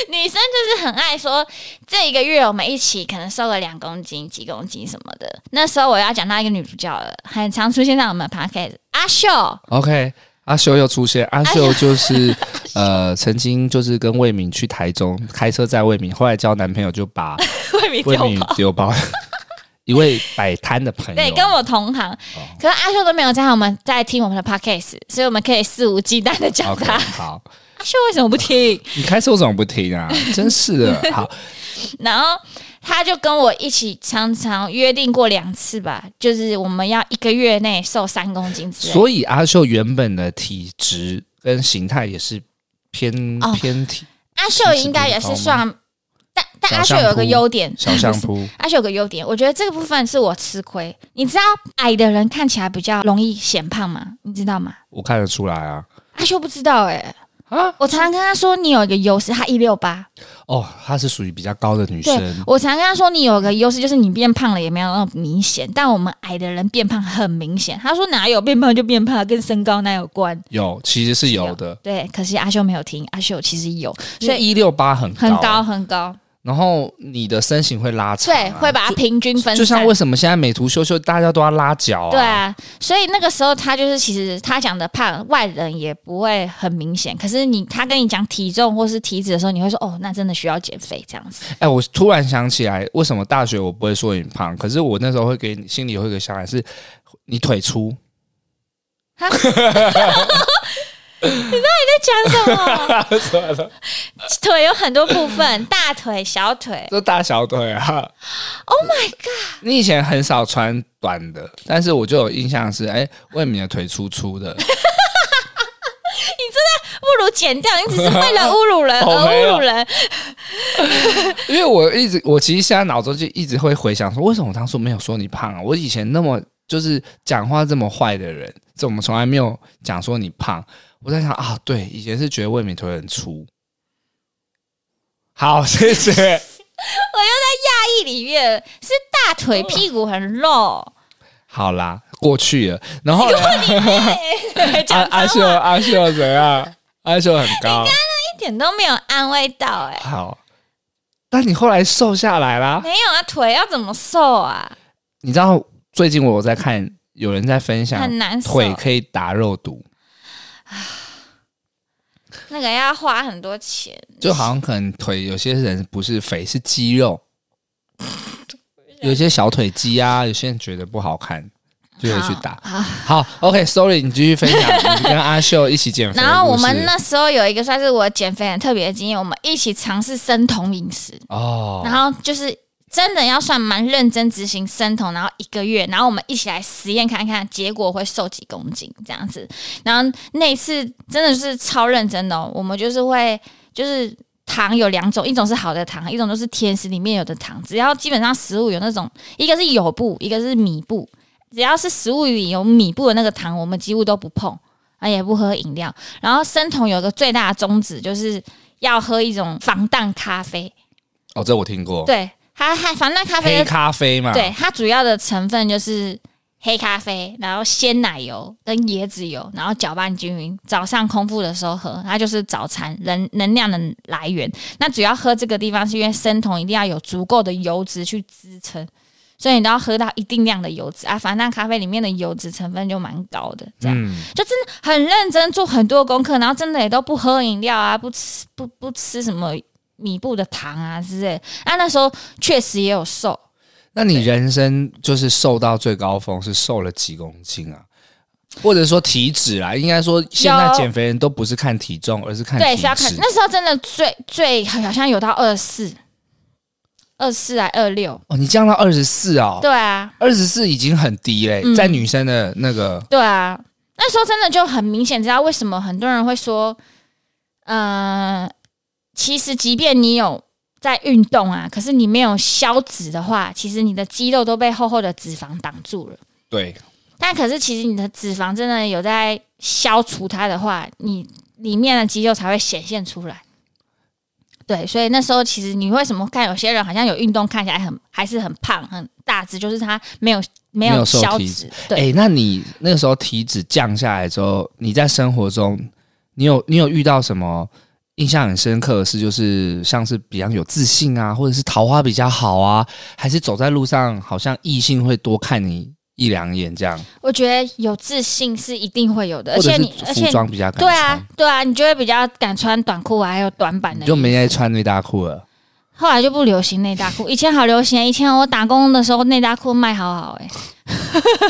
Speaker 1: 女生就是很爱说这一个月我们一起可能瘦了两公斤、几公斤什么的。那时候我要讲到一个女主角了，很常出现在我们 podcast 阿秀。
Speaker 2: OK，阿秀又出现，
Speaker 1: 哎
Speaker 2: 阿秀就是呃，曾经就是跟魏敏去台中开车载魏敏，后来交男朋友就 把
Speaker 1: 未必
Speaker 2: 魏
Speaker 1: 丢
Speaker 2: 敏丢包。一位摆摊的朋友，哦
Speaker 1: 对，跟我同行，可是阿秀都没有在我们在听我们的 podcast，所以我们可以肆无忌惮的讲
Speaker 2: OK
Speaker 1: 他。
Speaker 2: 好，
Speaker 1: 阿秀为什么不听？
Speaker 2: 你开车怎么不听啊？真是的，好，
Speaker 1: 然后他就跟我一起常常约定过两次吧，就是我们要一个月内瘦三公斤之类的。
Speaker 2: 所以阿秀原本的体质跟形态也是偏、
Speaker 1: 哦
Speaker 2: 偏体
Speaker 1: 阿秀应该也是算，但但阿秀有个优点，
Speaker 2: 小相扑。
Speaker 1: 阿秀有个优点，我觉得这个部分是我吃亏。你知道矮的人看起来比较容易显胖吗？你知道吗？
Speaker 2: 我看得出来啊，
Speaker 1: 阿秀不知道哎、
Speaker 2: 啊，
Speaker 1: 我常常跟他说你有一个优势，他一六八，
Speaker 2: 哦，她是属于比较高的女
Speaker 1: 对
Speaker 2: 生，
Speaker 1: 我常跟他说，你有个优势就是你变胖了也没有那么明显，但我们矮的人变胖很明显。他说哪有变胖就变胖，跟身高哪有关？
Speaker 2: 有其实是有的，
Speaker 1: 对，可惜阿秀没有听，阿秀其实有，
Speaker 2: 所
Speaker 1: 所以
Speaker 2: 以一六八很
Speaker 1: 很高，很高，
Speaker 2: 然后你的身形会拉长啊、
Speaker 1: 对，会把它
Speaker 2: 就
Speaker 1: 平均分
Speaker 2: 就
Speaker 1: 散
Speaker 2: 像。为什么现在美图秀秀大家都要拉脚啊？
Speaker 1: 对啊，所以那个时候他就是，其实他讲的胖，外人也不会很明显。可是你他跟你讲体重或是体脂的时候，你会说哦，那真的需要减肥这样子。
Speaker 2: 哎、我突然想起来，为什么大学我不会说你胖？可是我那时候会给你心里会有一个想法是，你腿粗，
Speaker 1: 在讲什么？ 腿有很多部分，大腿、小腿，
Speaker 2: 这大小腿啊。Oh my god！你以前很少穿短的，但是我就有印象是，哎、魏敏的腿粗粗的。
Speaker 1: 不如剪掉，你只是为了侮辱人而
Speaker 2: 哦没有
Speaker 1: 侮辱人。
Speaker 2: 因为我一直，我其实现在脑中就一直会回想说，为什么我当初没有说你胖啊？我以前那么就是讲话这么坏的人，怎么从来没有讲说你胖？我在想啊，对，以前是觉得魏敏腿很粗。好，谢谢。
Speaker 1: 记忆里面是大腿屁股很 肉，
Speaker 2: 好啦，过去了。然后呢阿
Speaker 1: 哎 讲
Speaker 2: 阿
Speaker 1: 脏
Speaker 2: 秀
Speaker 1: 话
Speaker 2: 阿秀怎样？阿秀很高，
Speaker 1: 一点都没有安慰到 哎、
Speaker 2: 好。但你后来瘦下来啦。
Speaker 1: 没有啊，腿要怎么瘦啊？
Speaker 2: 你知道最近我有在看有人在分享
Speaker 1: 很难瘦，
Speaker 2: 腿可以打肉毒，
Speaker 1: 那个要花很多钱。
Speaker 2: 就好像可能腿有些人不是肥是肌肉，有些小腿肌啊，有些人觉得不好看就会去打。
Speaker 1: 好
Speaker 2: 好 o k s o r r y 你继续分享，你跟阿秀一起减肥的故事。
Speaker 1: 然后我们那时候有一个算是我减肥很特别的经验，我们一起尝试生酮饮食，
Speaker 2: 哦，
Speaker 1: 然后就是真的要算蛮认真执行生酮，然后一个月，然后我们一起来实验看看，结果会瘦几公斤这样子。然后那一次真的是超认真的、哦，我们就是会就是。糖有两种，一种是好的糖，一种就是甜食里面有的糖。只要基本上食物有那种，一个是油布，一个是米布，只要是食物里有米布的那个糖，我们几乎都不碰，啊也不喝饮料。然后生酮有一个最大的宗旨，就是要喝一种防弹咖啡。
Speaker 2: 哦，这我听过，
Speaker 1: 对，它它防弹咖啡的，
Speaker 2: 黑咖啡嘛，
Speaker 1: 对它主要的成分就是黑咖啡，然后鲜奶油跟椰子油，然后搅拌均匀。早上空腹的时候喝，它就是早餐能能量的来源。那主要喝这个地方是因为生酮一定要有足够的油脂去支撑。所以你都要喝到一定量的油脂啊，防弹咖啡里面的油脂成分就蛮高的，这样、
Speaker 2: 嗯，
Speaker 1: 就真的很认真做很多功课，然后真的也都不喝饮料啊，不吃不不吃什么米布的糖啊之类的。那、那时候确实也有瘦，
Speaker 2: 那你人生就是瘦到最高峰是瘦了几公斤啊？或者说体脂啦，应该说现在
Speaker 1: 有
Speaker 2: 减肥人都不是看体重，而是看
Speaker 1: 对，
Speaker 2: 体
Speaker 1: 是要看
Speaker 2: 脂。
Speaker 1: 那时候真的最最好像有到二四、二四还二六，
Speaker 2: 哦，你降到二十四哦，
Speaker 1: 对啊，
Speaker 2: 二十四已经很低嘞、
Speaker 1: 嗯
Speaker 2: 在女生的那个
Speaker 1: 对啊，那时候真的就很明显，知道为什么很多人会说，嗯、其实即便你有。在运动啊，可是你没有消脂的话，其实你的肌肉都被厚厚的脂肪挡住了。
Speaker 2: 对
Speaker 1: 但可是其实你的脂肪真的有在消除它的话，你里面的肌肉才会显现出来。对，所以那时候其实你为什么看有些人好像有运动看起来很还是很胖很大只，就是他没有没
Speaker 2: 没有
Speaker 1: 有
Speaker 2: 瘦
Speaker 1: 消
Speaker 2: 体
Speaker 1: 脂。
Speaker 2: 哎、
Speaker 1: 对，
Speaker 2: 那你那时候体脂降下来之后，你在生活中，你有你有遇到什么印象很深刻的事？就是像是比方有自信啊，或者是桃花比较好啊，还是走在路上好像异性会多看你一两眼这样，
Speaker 1: 我觉得有自信是一定会有的，而
Speaker 2: 或者
Speaker 1: 且
Speaker 2: 是
Speaker 1: 你而且
Speaker 2: 服装比较敢
Speaker 1: 对
Speaker 2: 穿，
Speaker 1: 啊对啊，你就会比较敢穿短裤啊，还有短版
Speaker 2: 你
Speaker 1: 的。
Speaker 2: 就没在穿内大裤了。
Speaker 1: 后来就不流行内大裤，以前好流行，啊以前我打工的时候内大裤卖好好哎、欸，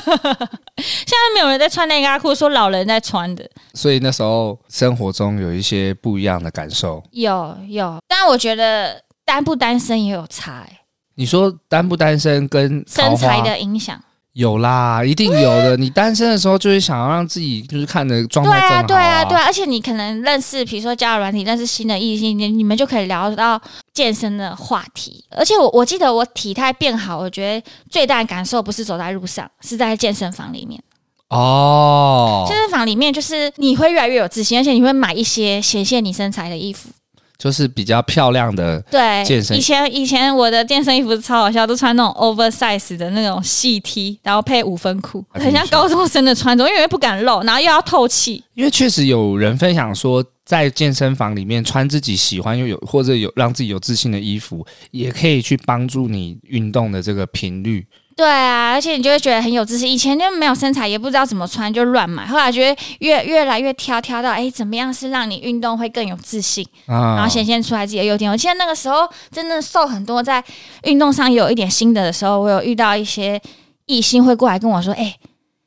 Speaker 1: 现在没有人在穿内大裤，说老人在穿的，
Speaker 2: 所以那时候生活中有一些不一样的感受。
Speaker 1: 有有，但我觉得单不单身也有差、欸，
Speaker 2: 你说单不单身跟桃
Speaker 1: 身
Speaker 2: 花
Speaker 1: 材的影响，
Speaker 2: 有啦，一定有的。你单身的时候就是想要让自己就是看的状
Speaker 1: 对
Speaker 2: 态更好、
Speaker 1: 啊对啊对啊，而且你可能认识，比如说交友软体认识新的异性，你你们就可以聊到健身的话题，而且我我记得我体态变好，我觉得最大的感受不是走在路上，是在健身房里面。
Speaker 2: 哦
Speaker 1: 健，身房里面就是你会越来越有自信，而且你会买一些显现你身材的衣服。
Speaker 2: 就是比较漂亮的
Speaker 1: 对，
Speaker 2: 健身
Speaker 1: 以前以前我的健身衣服超好笑，都穿那种 oversize 的那种细 T，然后配五分裤，
Speaker 2: 还
Speaker 1: 很
Speaker 2: 挺
Speaker 1: 像高中生的穿着，因为不敢露，然后又要透气。
Speaker 2: 因为确实有人分享说，在健身房里面穿自己喜欢又有或者有让自己有自信的衣服，也可以去帮助你运动的这个频率。
Speaker 1: 对啊，而且你就会觉得很有自信。以前就没有身材，也不知道怎么穿，就乱买。后来觉得越越来越挑挑到，哎，怎么样是让你运动会更有自信，
Speaker 2: 啊，
Speaker 1: 然后显现出来自己的优点。我记得那个时候真的瘦很多，在运动上有一点心得的时候，我有遇到一些异性会过来跟我说，哎。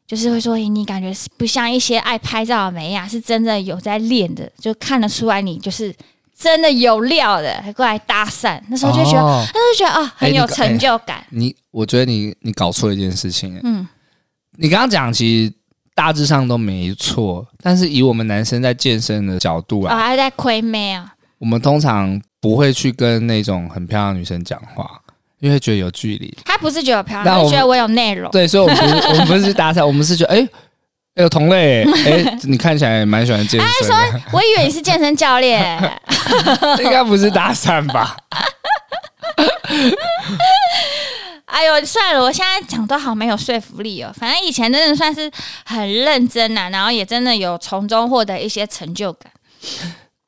Speaker 1: 就是会说诶你感觉是不像一些爱拍照的美呀、是真的有在练的，就看得出来你就是真的有料的，还过来搭讪。那时候就觉得，
Speaker 2: 哦
Speaker 1: 那就觉得啊、很
Speaker 2: 诶
Speaker 1: 有
Speaker 2: 你搞
Speaker 1: 成就感。
Speaker 2: 你，我觉得你你搞错一件事情。欸
Speaker 1: 嗯，
Speaker 2: 你刚刚讲其实大致上都没错，但是以我们男生在健身的角度
Speaker 1: 啊、
Speaker 2: 啊，
Speaker 1: 还在亏妹啊。
Speaker 2: 我们通常不会去跟那种很漂亮的女生讲话，因为觉得有距离。
Speaker 1: 他不是觉得我漂
Speaker 2: 那
Speaker 1: 亮，他
Speaker 2: 我们
Speaker 1: 觉得我有内容。
Speaker 2: 对，所以我们不是我们不是去搭讪，我们是觉得哎。有同类，哎、你看起来也蛮喜欢健身的，
Speaker 1: 我以为你是健身教练，
Speaker 2: 应该不是搭讪吧？
Speaker 1: 哎呦，算了，我现在讲都好没有说服力哦。反正以前真的算是很认真呐、啊，然后也真的有从中获得一些成就感，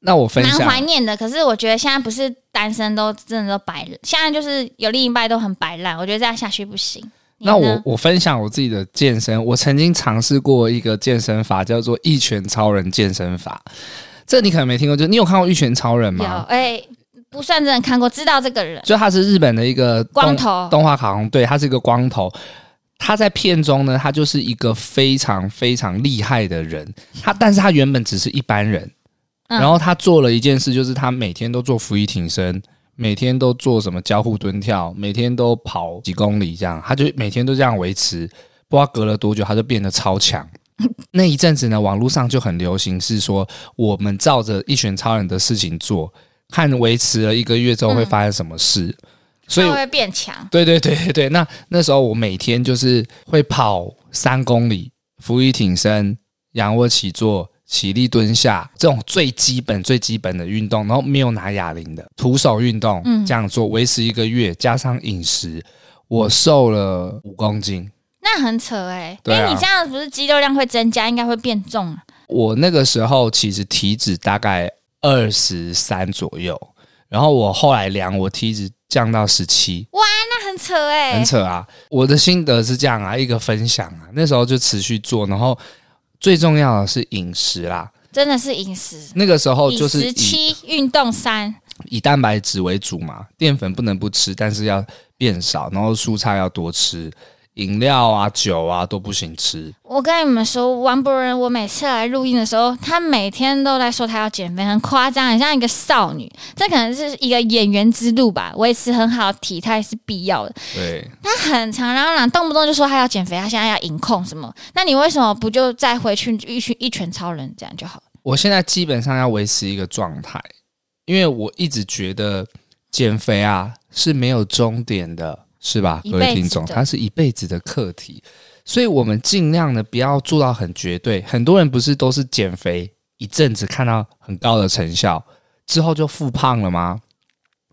Speaker 2: 那我分
Speaker 1: 蛮
Speaker 2: 享，
Speaker 1: 怀念的。可是我觉得现在不是单身都真的都摆，现在就是有另一半都很摆烂，我觉得这样下去不行。你呢
Speaker 2: 那我我分享我自己的健身，我曾经尝试过一个健身法，叫做一拳超人健身法。这你可能没听过，就你有看过一拳超人
Speaker 1: 有
Speaker 2: 吗？
Speaker 1: 哎、不算真的看过，知道这个人
Speaker 2: 就他是日本的一个动
Speaker 1: 光头
Speaker 2: 动画卡通，对，他是一个光头。他在片中呢，他就是一个非常非常厉害的人。他，但是他原本只是一般人，
Speaker 1: 嗯
Speaker 2: 然后他做了一件事，就是他每天都做俯卧挺身，每天都做什么交互蹲跳，每天都跑几公里，这样，他就每天都这样维持。不知道隔了多久，他就变得超强。那一阵子呢，网络上就很流行，是说我们照着一拳超人的事情做，看维持了一个月之后会发生什么事。所以
Speaker 1: 他会变强。
Speaker 2: 对对对对对，那那时候我每天就是会跑三公里，俯卧挺身、仰卧起坐、起立蹲下这种最基本最基本的运动，然后没有拿哑铃的，徒手运动，
Speaker 1: 嗯
Speaker 2: 这样做维持一个月，加上饮食，我瘦了五公斤。
Speaker 1: 那很扯哎、因
Speaker 2: 对啊
Speaker 1: 为你这样不是肌肉量会增加，应该会变重啊。
Speaker 2: 我那个时候其实体脂大概二十三左右，然后我后来量我体脂降到十七，
Speaker 1: 那很扯哎、
Speaker 2: 很扯啊！我的心得是这样啊，一个分享啊，那时候就持续做，然后最重要的是饮食啦。
Speaker 1: 真的是饮食。
Speaker 2: 那个时候
Speaker 1: 饮
Speaker 2: 哦就是
Speaker 1: 食
Speaker 2: 以
Speaker 1: 七，运动三，
Speaker 2: 以蛋白质为主嘛，淀粉不能不吃，但是要变少，然后蔬菜要多吃，饮料啊、酒啊都不行吃。
Speaker 1: 我跟你们说，王博仁，我每次来录音的时候，他每天都在说他要减肥，很夸张，很像一个少女。这可能是一个演员之路吧，维持很好的体态是必要的。
Speaker 2: 对，
Speaker 1: 他很常嚷嚷，动不动就说他要减肥，他现在要饮控什么？那你为什么不就再回去一拳一拳超人这样就好了？
Speaker 2: 我现在基本上要维持一个状态，因为我一直觉得减肥啊是没有终点的，是吧？
Speaker 1: 一
Speaker 2: 各
Speaker 1: 辈子的
Speaker 2: 位听众，它是一辈子的课题，所以我们尽量的不要做到很绝对。很多人不是都是减肥一阵子看到很高的成效之后就复胖了吗？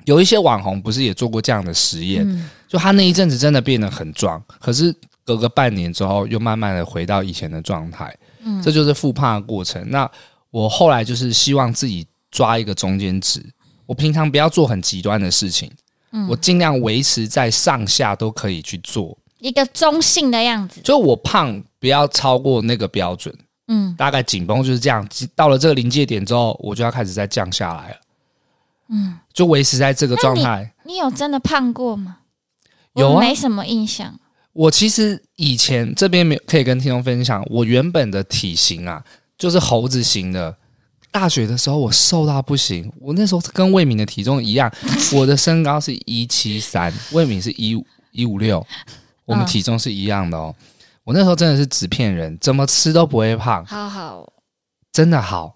Speaker 2: 有一些网红不是也做过这样的实验，
Speaker 1: 嗯，
Speaker 2: 就他那一阵子真的变得很壮，可是隔个半年之后又慢慢的回到以前的状态，
Speaker 1: 嗯
Speaker 2: 这就是复胖的过程。那我后来就是希望自己抓一个中间值，我平常不要做很极端的事情，
Speaker 1: 嗯
Speaker 2: 我尽量维持在上下都可以去做，
Speaker 1: 一个中性的样子。
Speaker 2: 就我胖不要超过那个标准，
Speaker 1: 嗯，
Speaker 2: 大概紧绷就是这样。到了这个临界点之后，我就要开始再降下来了，嗯，就维持在这个状态。
Speaker 1: 你有真的胖过吗？
Speaker 2: 有啊
Speaker 1: 我没什么印象。
Speaker 2: 我其实以前这边没有可以跟听众分享，我原本的体型啊，就是猴子型的。大学的时候我瘦到不行，我那时候跟魏敏的体重一样，我的身高是一七三，魏敏是一五一五六，我
Speaker 1: 嗯
Speaker 2: 们体重是一样的哦。我那时候真的是纸片人，怎么吃都不会胖，
Speaker 1: 好好哦，
Speaker 2: 真的好。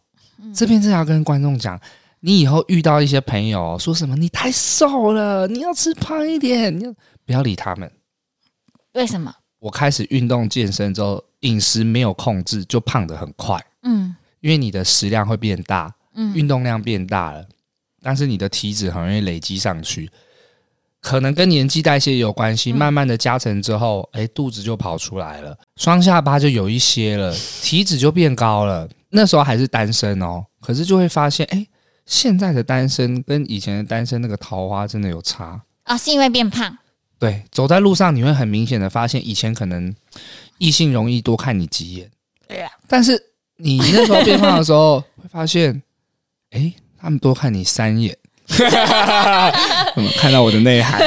Speaker 2: 这边真的要跟观众讲，你以后遇到一些朋友哦说什么你太瘦了，你要吃胖一点，你要不要理他们。
Speaker 1: 为什么？
Speaker 2: 我开始运动健身之后，饮食没有控制，就胖得很快，
Speaker 1: 嗯
Speaker 2: 因为你的食量会变大，
Speaker 1: 嗯
Speaker 2: 运动量变大了，但是你的体脂很容易累积上去，可能跟年纪代谢也有关系。
Speaker 1: 嗯
Speaker 2: 慢慢的加成之后，哎、肚子就跑出来了，双下巴就有一些了，体脂就变高了。那时候还是单身哦，可是就会发现，哎、现在的单身跟以前的单身那个桃花真的有差。
Speaker 1: 啊，是因为变胖，
Speaker 2: 对，走在路上你会很明显的发现，以前可能异性容易多看你几眼，
Speaker 1: 对啊呀
Speaker 2: 但是你那时候变胖的时候，会发现，哎、他们多看你 三眼，嗯看到我的内涵，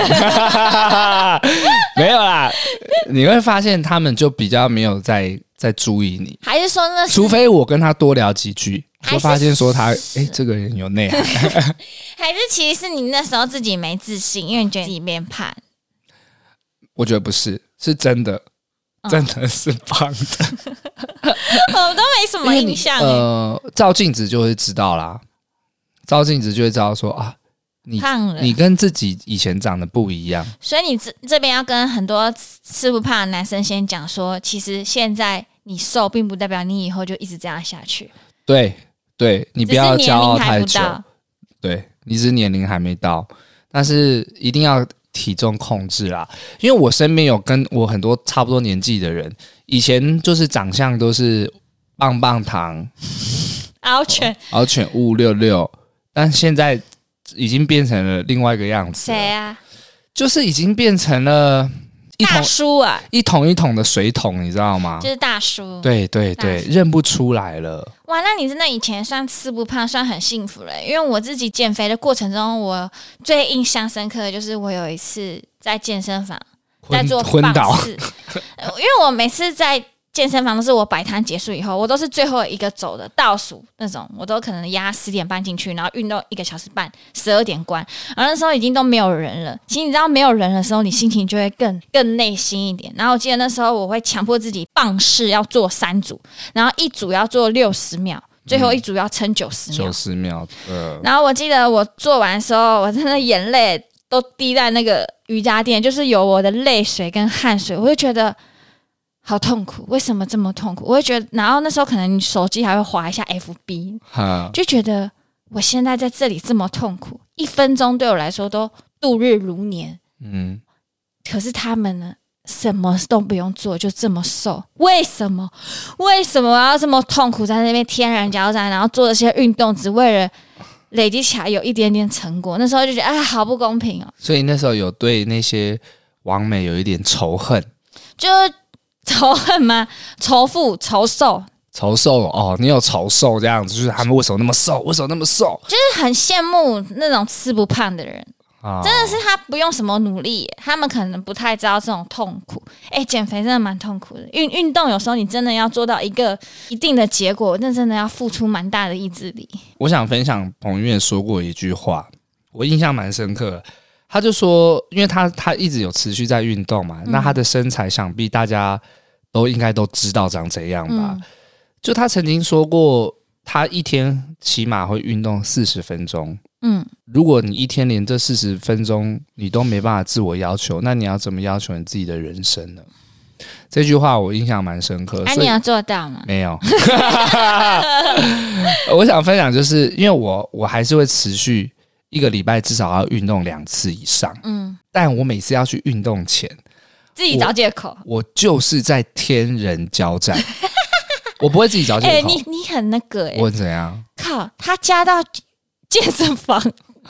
Speaker 2: 没有啦，你会发现他们就比较没有在在注意你，
Speaker 1: 还是说那是
Speaker 2: 除非我跟他多聊几句，
Speaker 1: 还
Speaker 2: 就是发现说他，哎、这个人有内涵。
Speaker 1: 还是其实是你那时候自己没自信，因为你觉得自己变胖，
Speaker 2: 我觉得不是，是真的，
Speaker 1: 嗯
Speaker 2: 真的是胖的。
Speaker 1: 我都没什么
Speaker 2: 因为你
Speaker 1: 印象欸。
Speaker 2: 呃，照镜子就会知道啦，照镜子就会知道说啊，你
Speaker 1: 胖了，
Speaker 2: 你跟自己以前长得不一样。
Speaker 1: 所以你这这边要跟很多吃不胖的男生先讲说，其实现在你瘦，并不代表你以后就一直这样下去。
Speaker 2: 对，对你
Speaker 1: 你
Speaker 2: 不要骄傲太久，
Speaker 1: 到，
Speaker 2: 对你只是年龄还没到，但是一定要体重控制啦。因为我身边有跟我很多差不多年纪的人，以前就是长相都是棒棒糖，
Speaker 1: 敖犬
Speaker 2: 敖犬五六六，但现在已经变成了另外一个样子了，
Speaker 1: 谁啊？
Speaker 2: 就是已经变成了一
Speaker 1: 大
Speaker 2: 桶
Speaker 1: 叔啊，
Speaker 2: 一桶一桶的水桶，你知道吗
Speaker 1: 就？是大叔。
Speaker 2: 对对对，认不出来了。
Speaker 1: 哇，那你真的以前算吃不胖，算很幸福了欸。因为我自己减肥的过程中，我最印象深刻的就是我有一次在健身房在
Speaker 2: 昏
Speaker 1: 做
Speaker 2: 昏
Speaker 1: 棒
Speaker 2: 倒，
Speaker 1: 式，呃因为我每次在健身房都是我摆摊结束以后，我都是最后一个走的倒数那种，我都可能压十点半进去，然后运动一个小时半，十二点关，然后那时候已经都没有人了。其实你知道没有人的时候，你心情就会更更内心一点。然后我记得那时候我会强迫自己棒式要做三组，然后一组要做六十秒，最后一组要撑九十秒
Speaker 2: 嗯九。十秒，呃，
Speaker 1: 然后我记得我做完的时候，我真的眼泪都滴在那个瑜伽垫，就是有我的泪水跟汗水，我就觉得好痛苦，为什么这么痛苦？我会觉得，然后那时候可能你手机还会滑一下 FB，
Speaker 2: 嗯哈，
Speaker 1: 就觉得我现在在这里这么痛苦，一分钟对我来说都度日如年。
Speaker 2: 嗯，
Speaker 1: 可是他们呢，什么都不用做，就这么瘦，为什么？为什么我要这么痛苦在那边天然交战，然后做这些运动，只为了累积起来有一点点成果？那时候就觉得，哎，好不公平哦，
Speaker 2: 所以那时候有对那些王美有一点仇恨，
Speaker 1: 就仇恨吗？仇富、仇瘦，
Speaker 2: 仇瘦哦，你有仇瘦这样子，就是他们为什么那么瘦，为什么那么瘦
Speaker 1: 就是很羡慕那种吃不胖的人。
Speaker 2: 啊？
Speaker 1: 真的是他不用什么努力耶，他们可能不太知道这种痛苦。哎、减肥真的蛮痛苦的，运运动有时候你真的要做到一个一定的结果，那真的要付出蛮大的意志力。
Speaker 2: 我想分享彭于晏说过一句话，我印象蛮深刻的。他就说，因为他他一直有持续在运动嘛，
Speaker 1: 嗯
Speaker 2: 那他的身材想必大家都应该都知道长怎样吧？
Speaker 1: 嗯
Speaker 2: 就他曾经说过，他一天起码会运动四十分钟。
Speaker 1: 嗯，
Speaker 2: 如果你一天连这四十分钟你都没办法自我要求，那你要怎么要求你自己的人生呢？这句话我印象蛮深刻，
Speaker 1: 哎、
Speaker 2: 呃所
Speaker 1: 你
Speaker 2: 以
Speaker 1: 有做到吗？
Speaker 2: 没有。 我想分享就是因为我我还是会持续一个礼拜至少要运动两次以上，
Speaker 1: 嗯，
Speaker 2: 但我每次要去运动前，
Speaker 1: 自己找借口。
Speaker 2: 我就是在天人 交战，我不会自己找
Speaker 1: 哎、
Speaker 2: 借口。
Speaker 1: 你你很那个哎、
Speaker 2: 我怎样？
Speaker 1: 靠，他加到健身房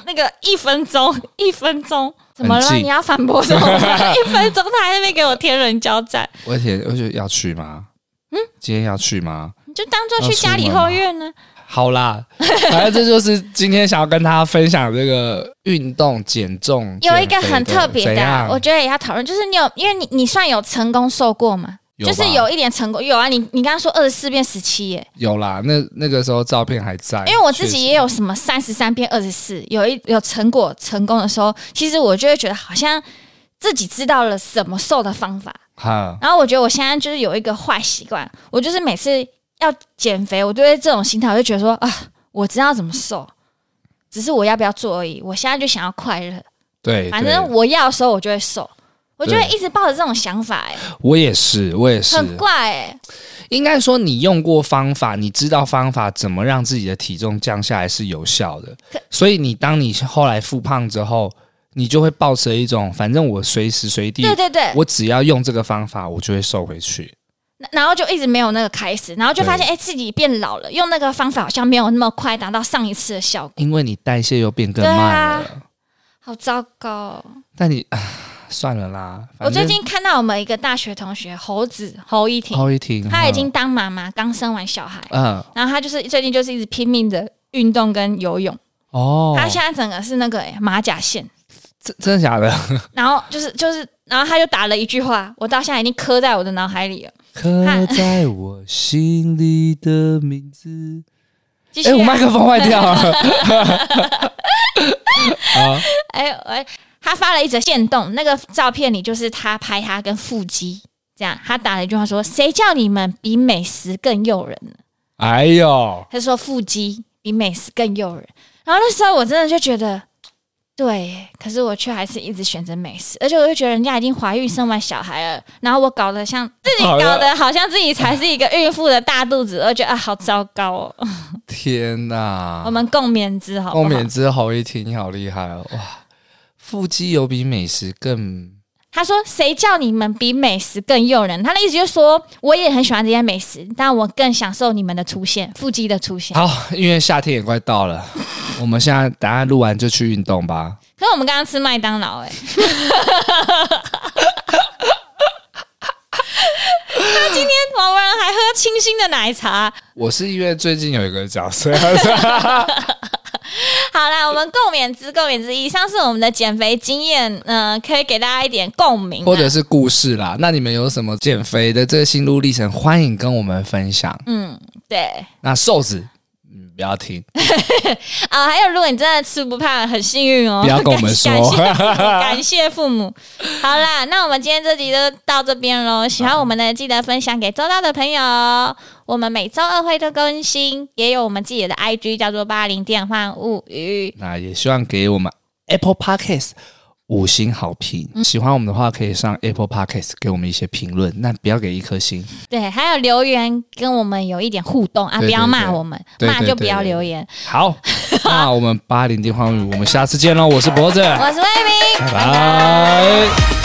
Speaker 1: 那个一分钟，一分钟怎么了？
Speaker 2: 很近
Speaker 1: 你要反驳什么？ 一分钟他还在那边给我天人交战，
Speaker 2: 我而且我就要去吗？嗯，今天要去吗？
Speaker 1: 你就当做
Speaker 2: 要
Speaker 1: 去
Speaker 2: 出
Speaker 1: 家里
Speaker 2: 门吗
Speaker 1: 后院呢、
Speaker 2: 好啦，反正这就是今天想要跟大家分享这个运动减重。
Speaker 1: 有一个
Speaker 2: 减肥
Speaker 1: 很特别
Speaker 2: 怎
Speaker 1: 的啊、
Speaker 2: 样
Speaker 1: 我觉得也要讨论，就是你有，因为你你算有成功瘦过吗？
Speaker 2: 有
Speaker 1: 就是
Speaker 2: 吧
Speaker 1: 有一点成功，有啊，你你刚刚说二十四变十七耶，
Speaker 2: 有啦，那那个时候照片还在，
Speaker 1: 因为我自
Speaker 2: 确实
Speaker 1: 己也有什么三十三变二十四，有一有成果成功的时候，其实我就会觉得好像自己知道了什么瘦的方法，
Speaker 2: 哈。
Speaker 1: 然后我觉得我现在就是有一个坏习惯，我就是每次要减肥，我对这种心态我就觉得说啊，我知道怎么瘦，只是我要不要做而已，我现在就想要快乐，
Speaker 2: 对，
Speaker 1: 反
Speaker 2: 对
Speaker 1: 正我要的时候我就会瘦。我就会一直抱着这种想法、欸，
Speaker 2: 我也是，我也是。
Speaker 1: 很怪、欸，
Speaker 2: 应该说，你用过方法，你知道方法怎么让自己的体重降下来是有效的
Speaker 1: 可。
Speaker 2: 所以你当你后来复胖之后，你就会抱持一种，反正我随时随地，
Speaker 1: 对对对，
Speaker 2: 我只要用这个方法，我就会瘦回去。
Speaker 1: 然后就一直没有那个开始，然后就发现哎、欸自己变老了，用那个方法好像没有那么快达到上一次的效果，
Speaker 2: 因为你代谢又变更
Speaker 1: 对啊
Speaker 2: 慢了。
Speaker 1: 好糟糕哦、
Speaker 2: 但你啊，算了啦。反
Speaker 1: 我最
Speaker 2: 正
Speaker 1: 近看到我们一个大学同学侯子侯一婷，
Speaker 2: 后一停，
Speaker 1: 她已经当妈妈，刚生完小孩，
Speaker 2: 嗯
Speaker 1: 然后她就是最近就是一直拼命的运动跟游泳，
Speaker 2: 哦，
Speaker 1: 她现在整个是那个、欸马甲线，
Speaker 2: 真真的假的？
Speaker 1: 然后就是就是，然后她就打了一句话，我到现在已经刻在我的脑海里了。
Speaker 2: 刻在我心里的名 字。
Speaker 1: 继续
Speaker 2: 哎、
Speaker 1: 啊、
Speaker 2: 我麦克风坏掉了。啊，
Speaker 1: 哎哎，他发了一则线动，那个照片里就是他拍他跟腹肌这样，他打了一句话说：“谁叫你们比美食更诱人呢
Speaker 2: 哎呦？”，
Speaker 1: 他说腹肌比美食更诱人。然后那时候我真的就觉得。对耶，可是我却还是一直选择美食，而且我就觉得人家已经怀孕生完小孩了，然后我搞得像自己
Speaker 2: 好了
Speaker 1: 搞得 好像自己才是一个孕妇的大肚子，我觉得啊好糟糕哦。
Speaker 2: 天哪！
Speaker 1: 我们共勉之好不
Speaker 2: 后
Speaker 1: 好？
Speaker 2: 面之后一听，你好厉害哦！哇，腹肌有比美食更
Speaker 1: 他说：“谁叫你们比美食更诱人？”他的意思就是说，我也很喜欢这些美食，但我更享受你们的出现，腹肌的出现。
Speaker 2: 好，因为夏天也快到了，我们现在等下录完就去运动吧。
Speaker 1: 可是我们刚刚吃麦当劳、欸， 哎，那今天王文还喝清新的奶茶。
Speaker 2: 我是因为最近有一个角 色，
Speaker 1: 好啦，我们共勉之，共勉之。以上是我们的减肥经验，嗯、可以给大家一点共鸣啊、
Speaker 2: 或者是故事啦。那你们有什么减肥的这个心路历程，欢迎跟我们分享。
Speaker 1: 嗯，对。
Speaker 2: 那瘦子，嗯，不要听，
Speaker 1: 啊，还有，如果你真的吃不胖，很幸运哦。
Speaker 2: 不要跟我们说
Speaker 1: 感谢感谢父母感谢父母。好啦，那我们今天这集就到这边喽。喜欢我们的，记得分享给周遭的朋友。我们每周二会都更新，也有我们自己的 IG，叫做八零电幻物语。
Speaker 2: 那也希望给我们 Apple Podcast 五星好评。喜欢我们的话，可以上 Apple Podcast 给我们一些评论，那不要给一颗星。
Speaker 1: 对，还有留言跟我们有一点互动啊，
Speaker 2: 对
Speaker 1: 不要
Speaker 2: 对
Speaker 1: 骂
Speaker 2: 对
Speaker 1: 我们，
Speaker 2: 对
Speaker 1: 骂
Speaker 2: 对
Speaker 1: 就
Speaker 2: 对
Speaker 1: 不要
Speaker 2: 对
Speaker 1: 留言。
Speaker 2: 好，那我们八零电话语，我们下次见喽！我是脖子，
Speaker 1: 我是魏明，
Speaker 2: 拜拜。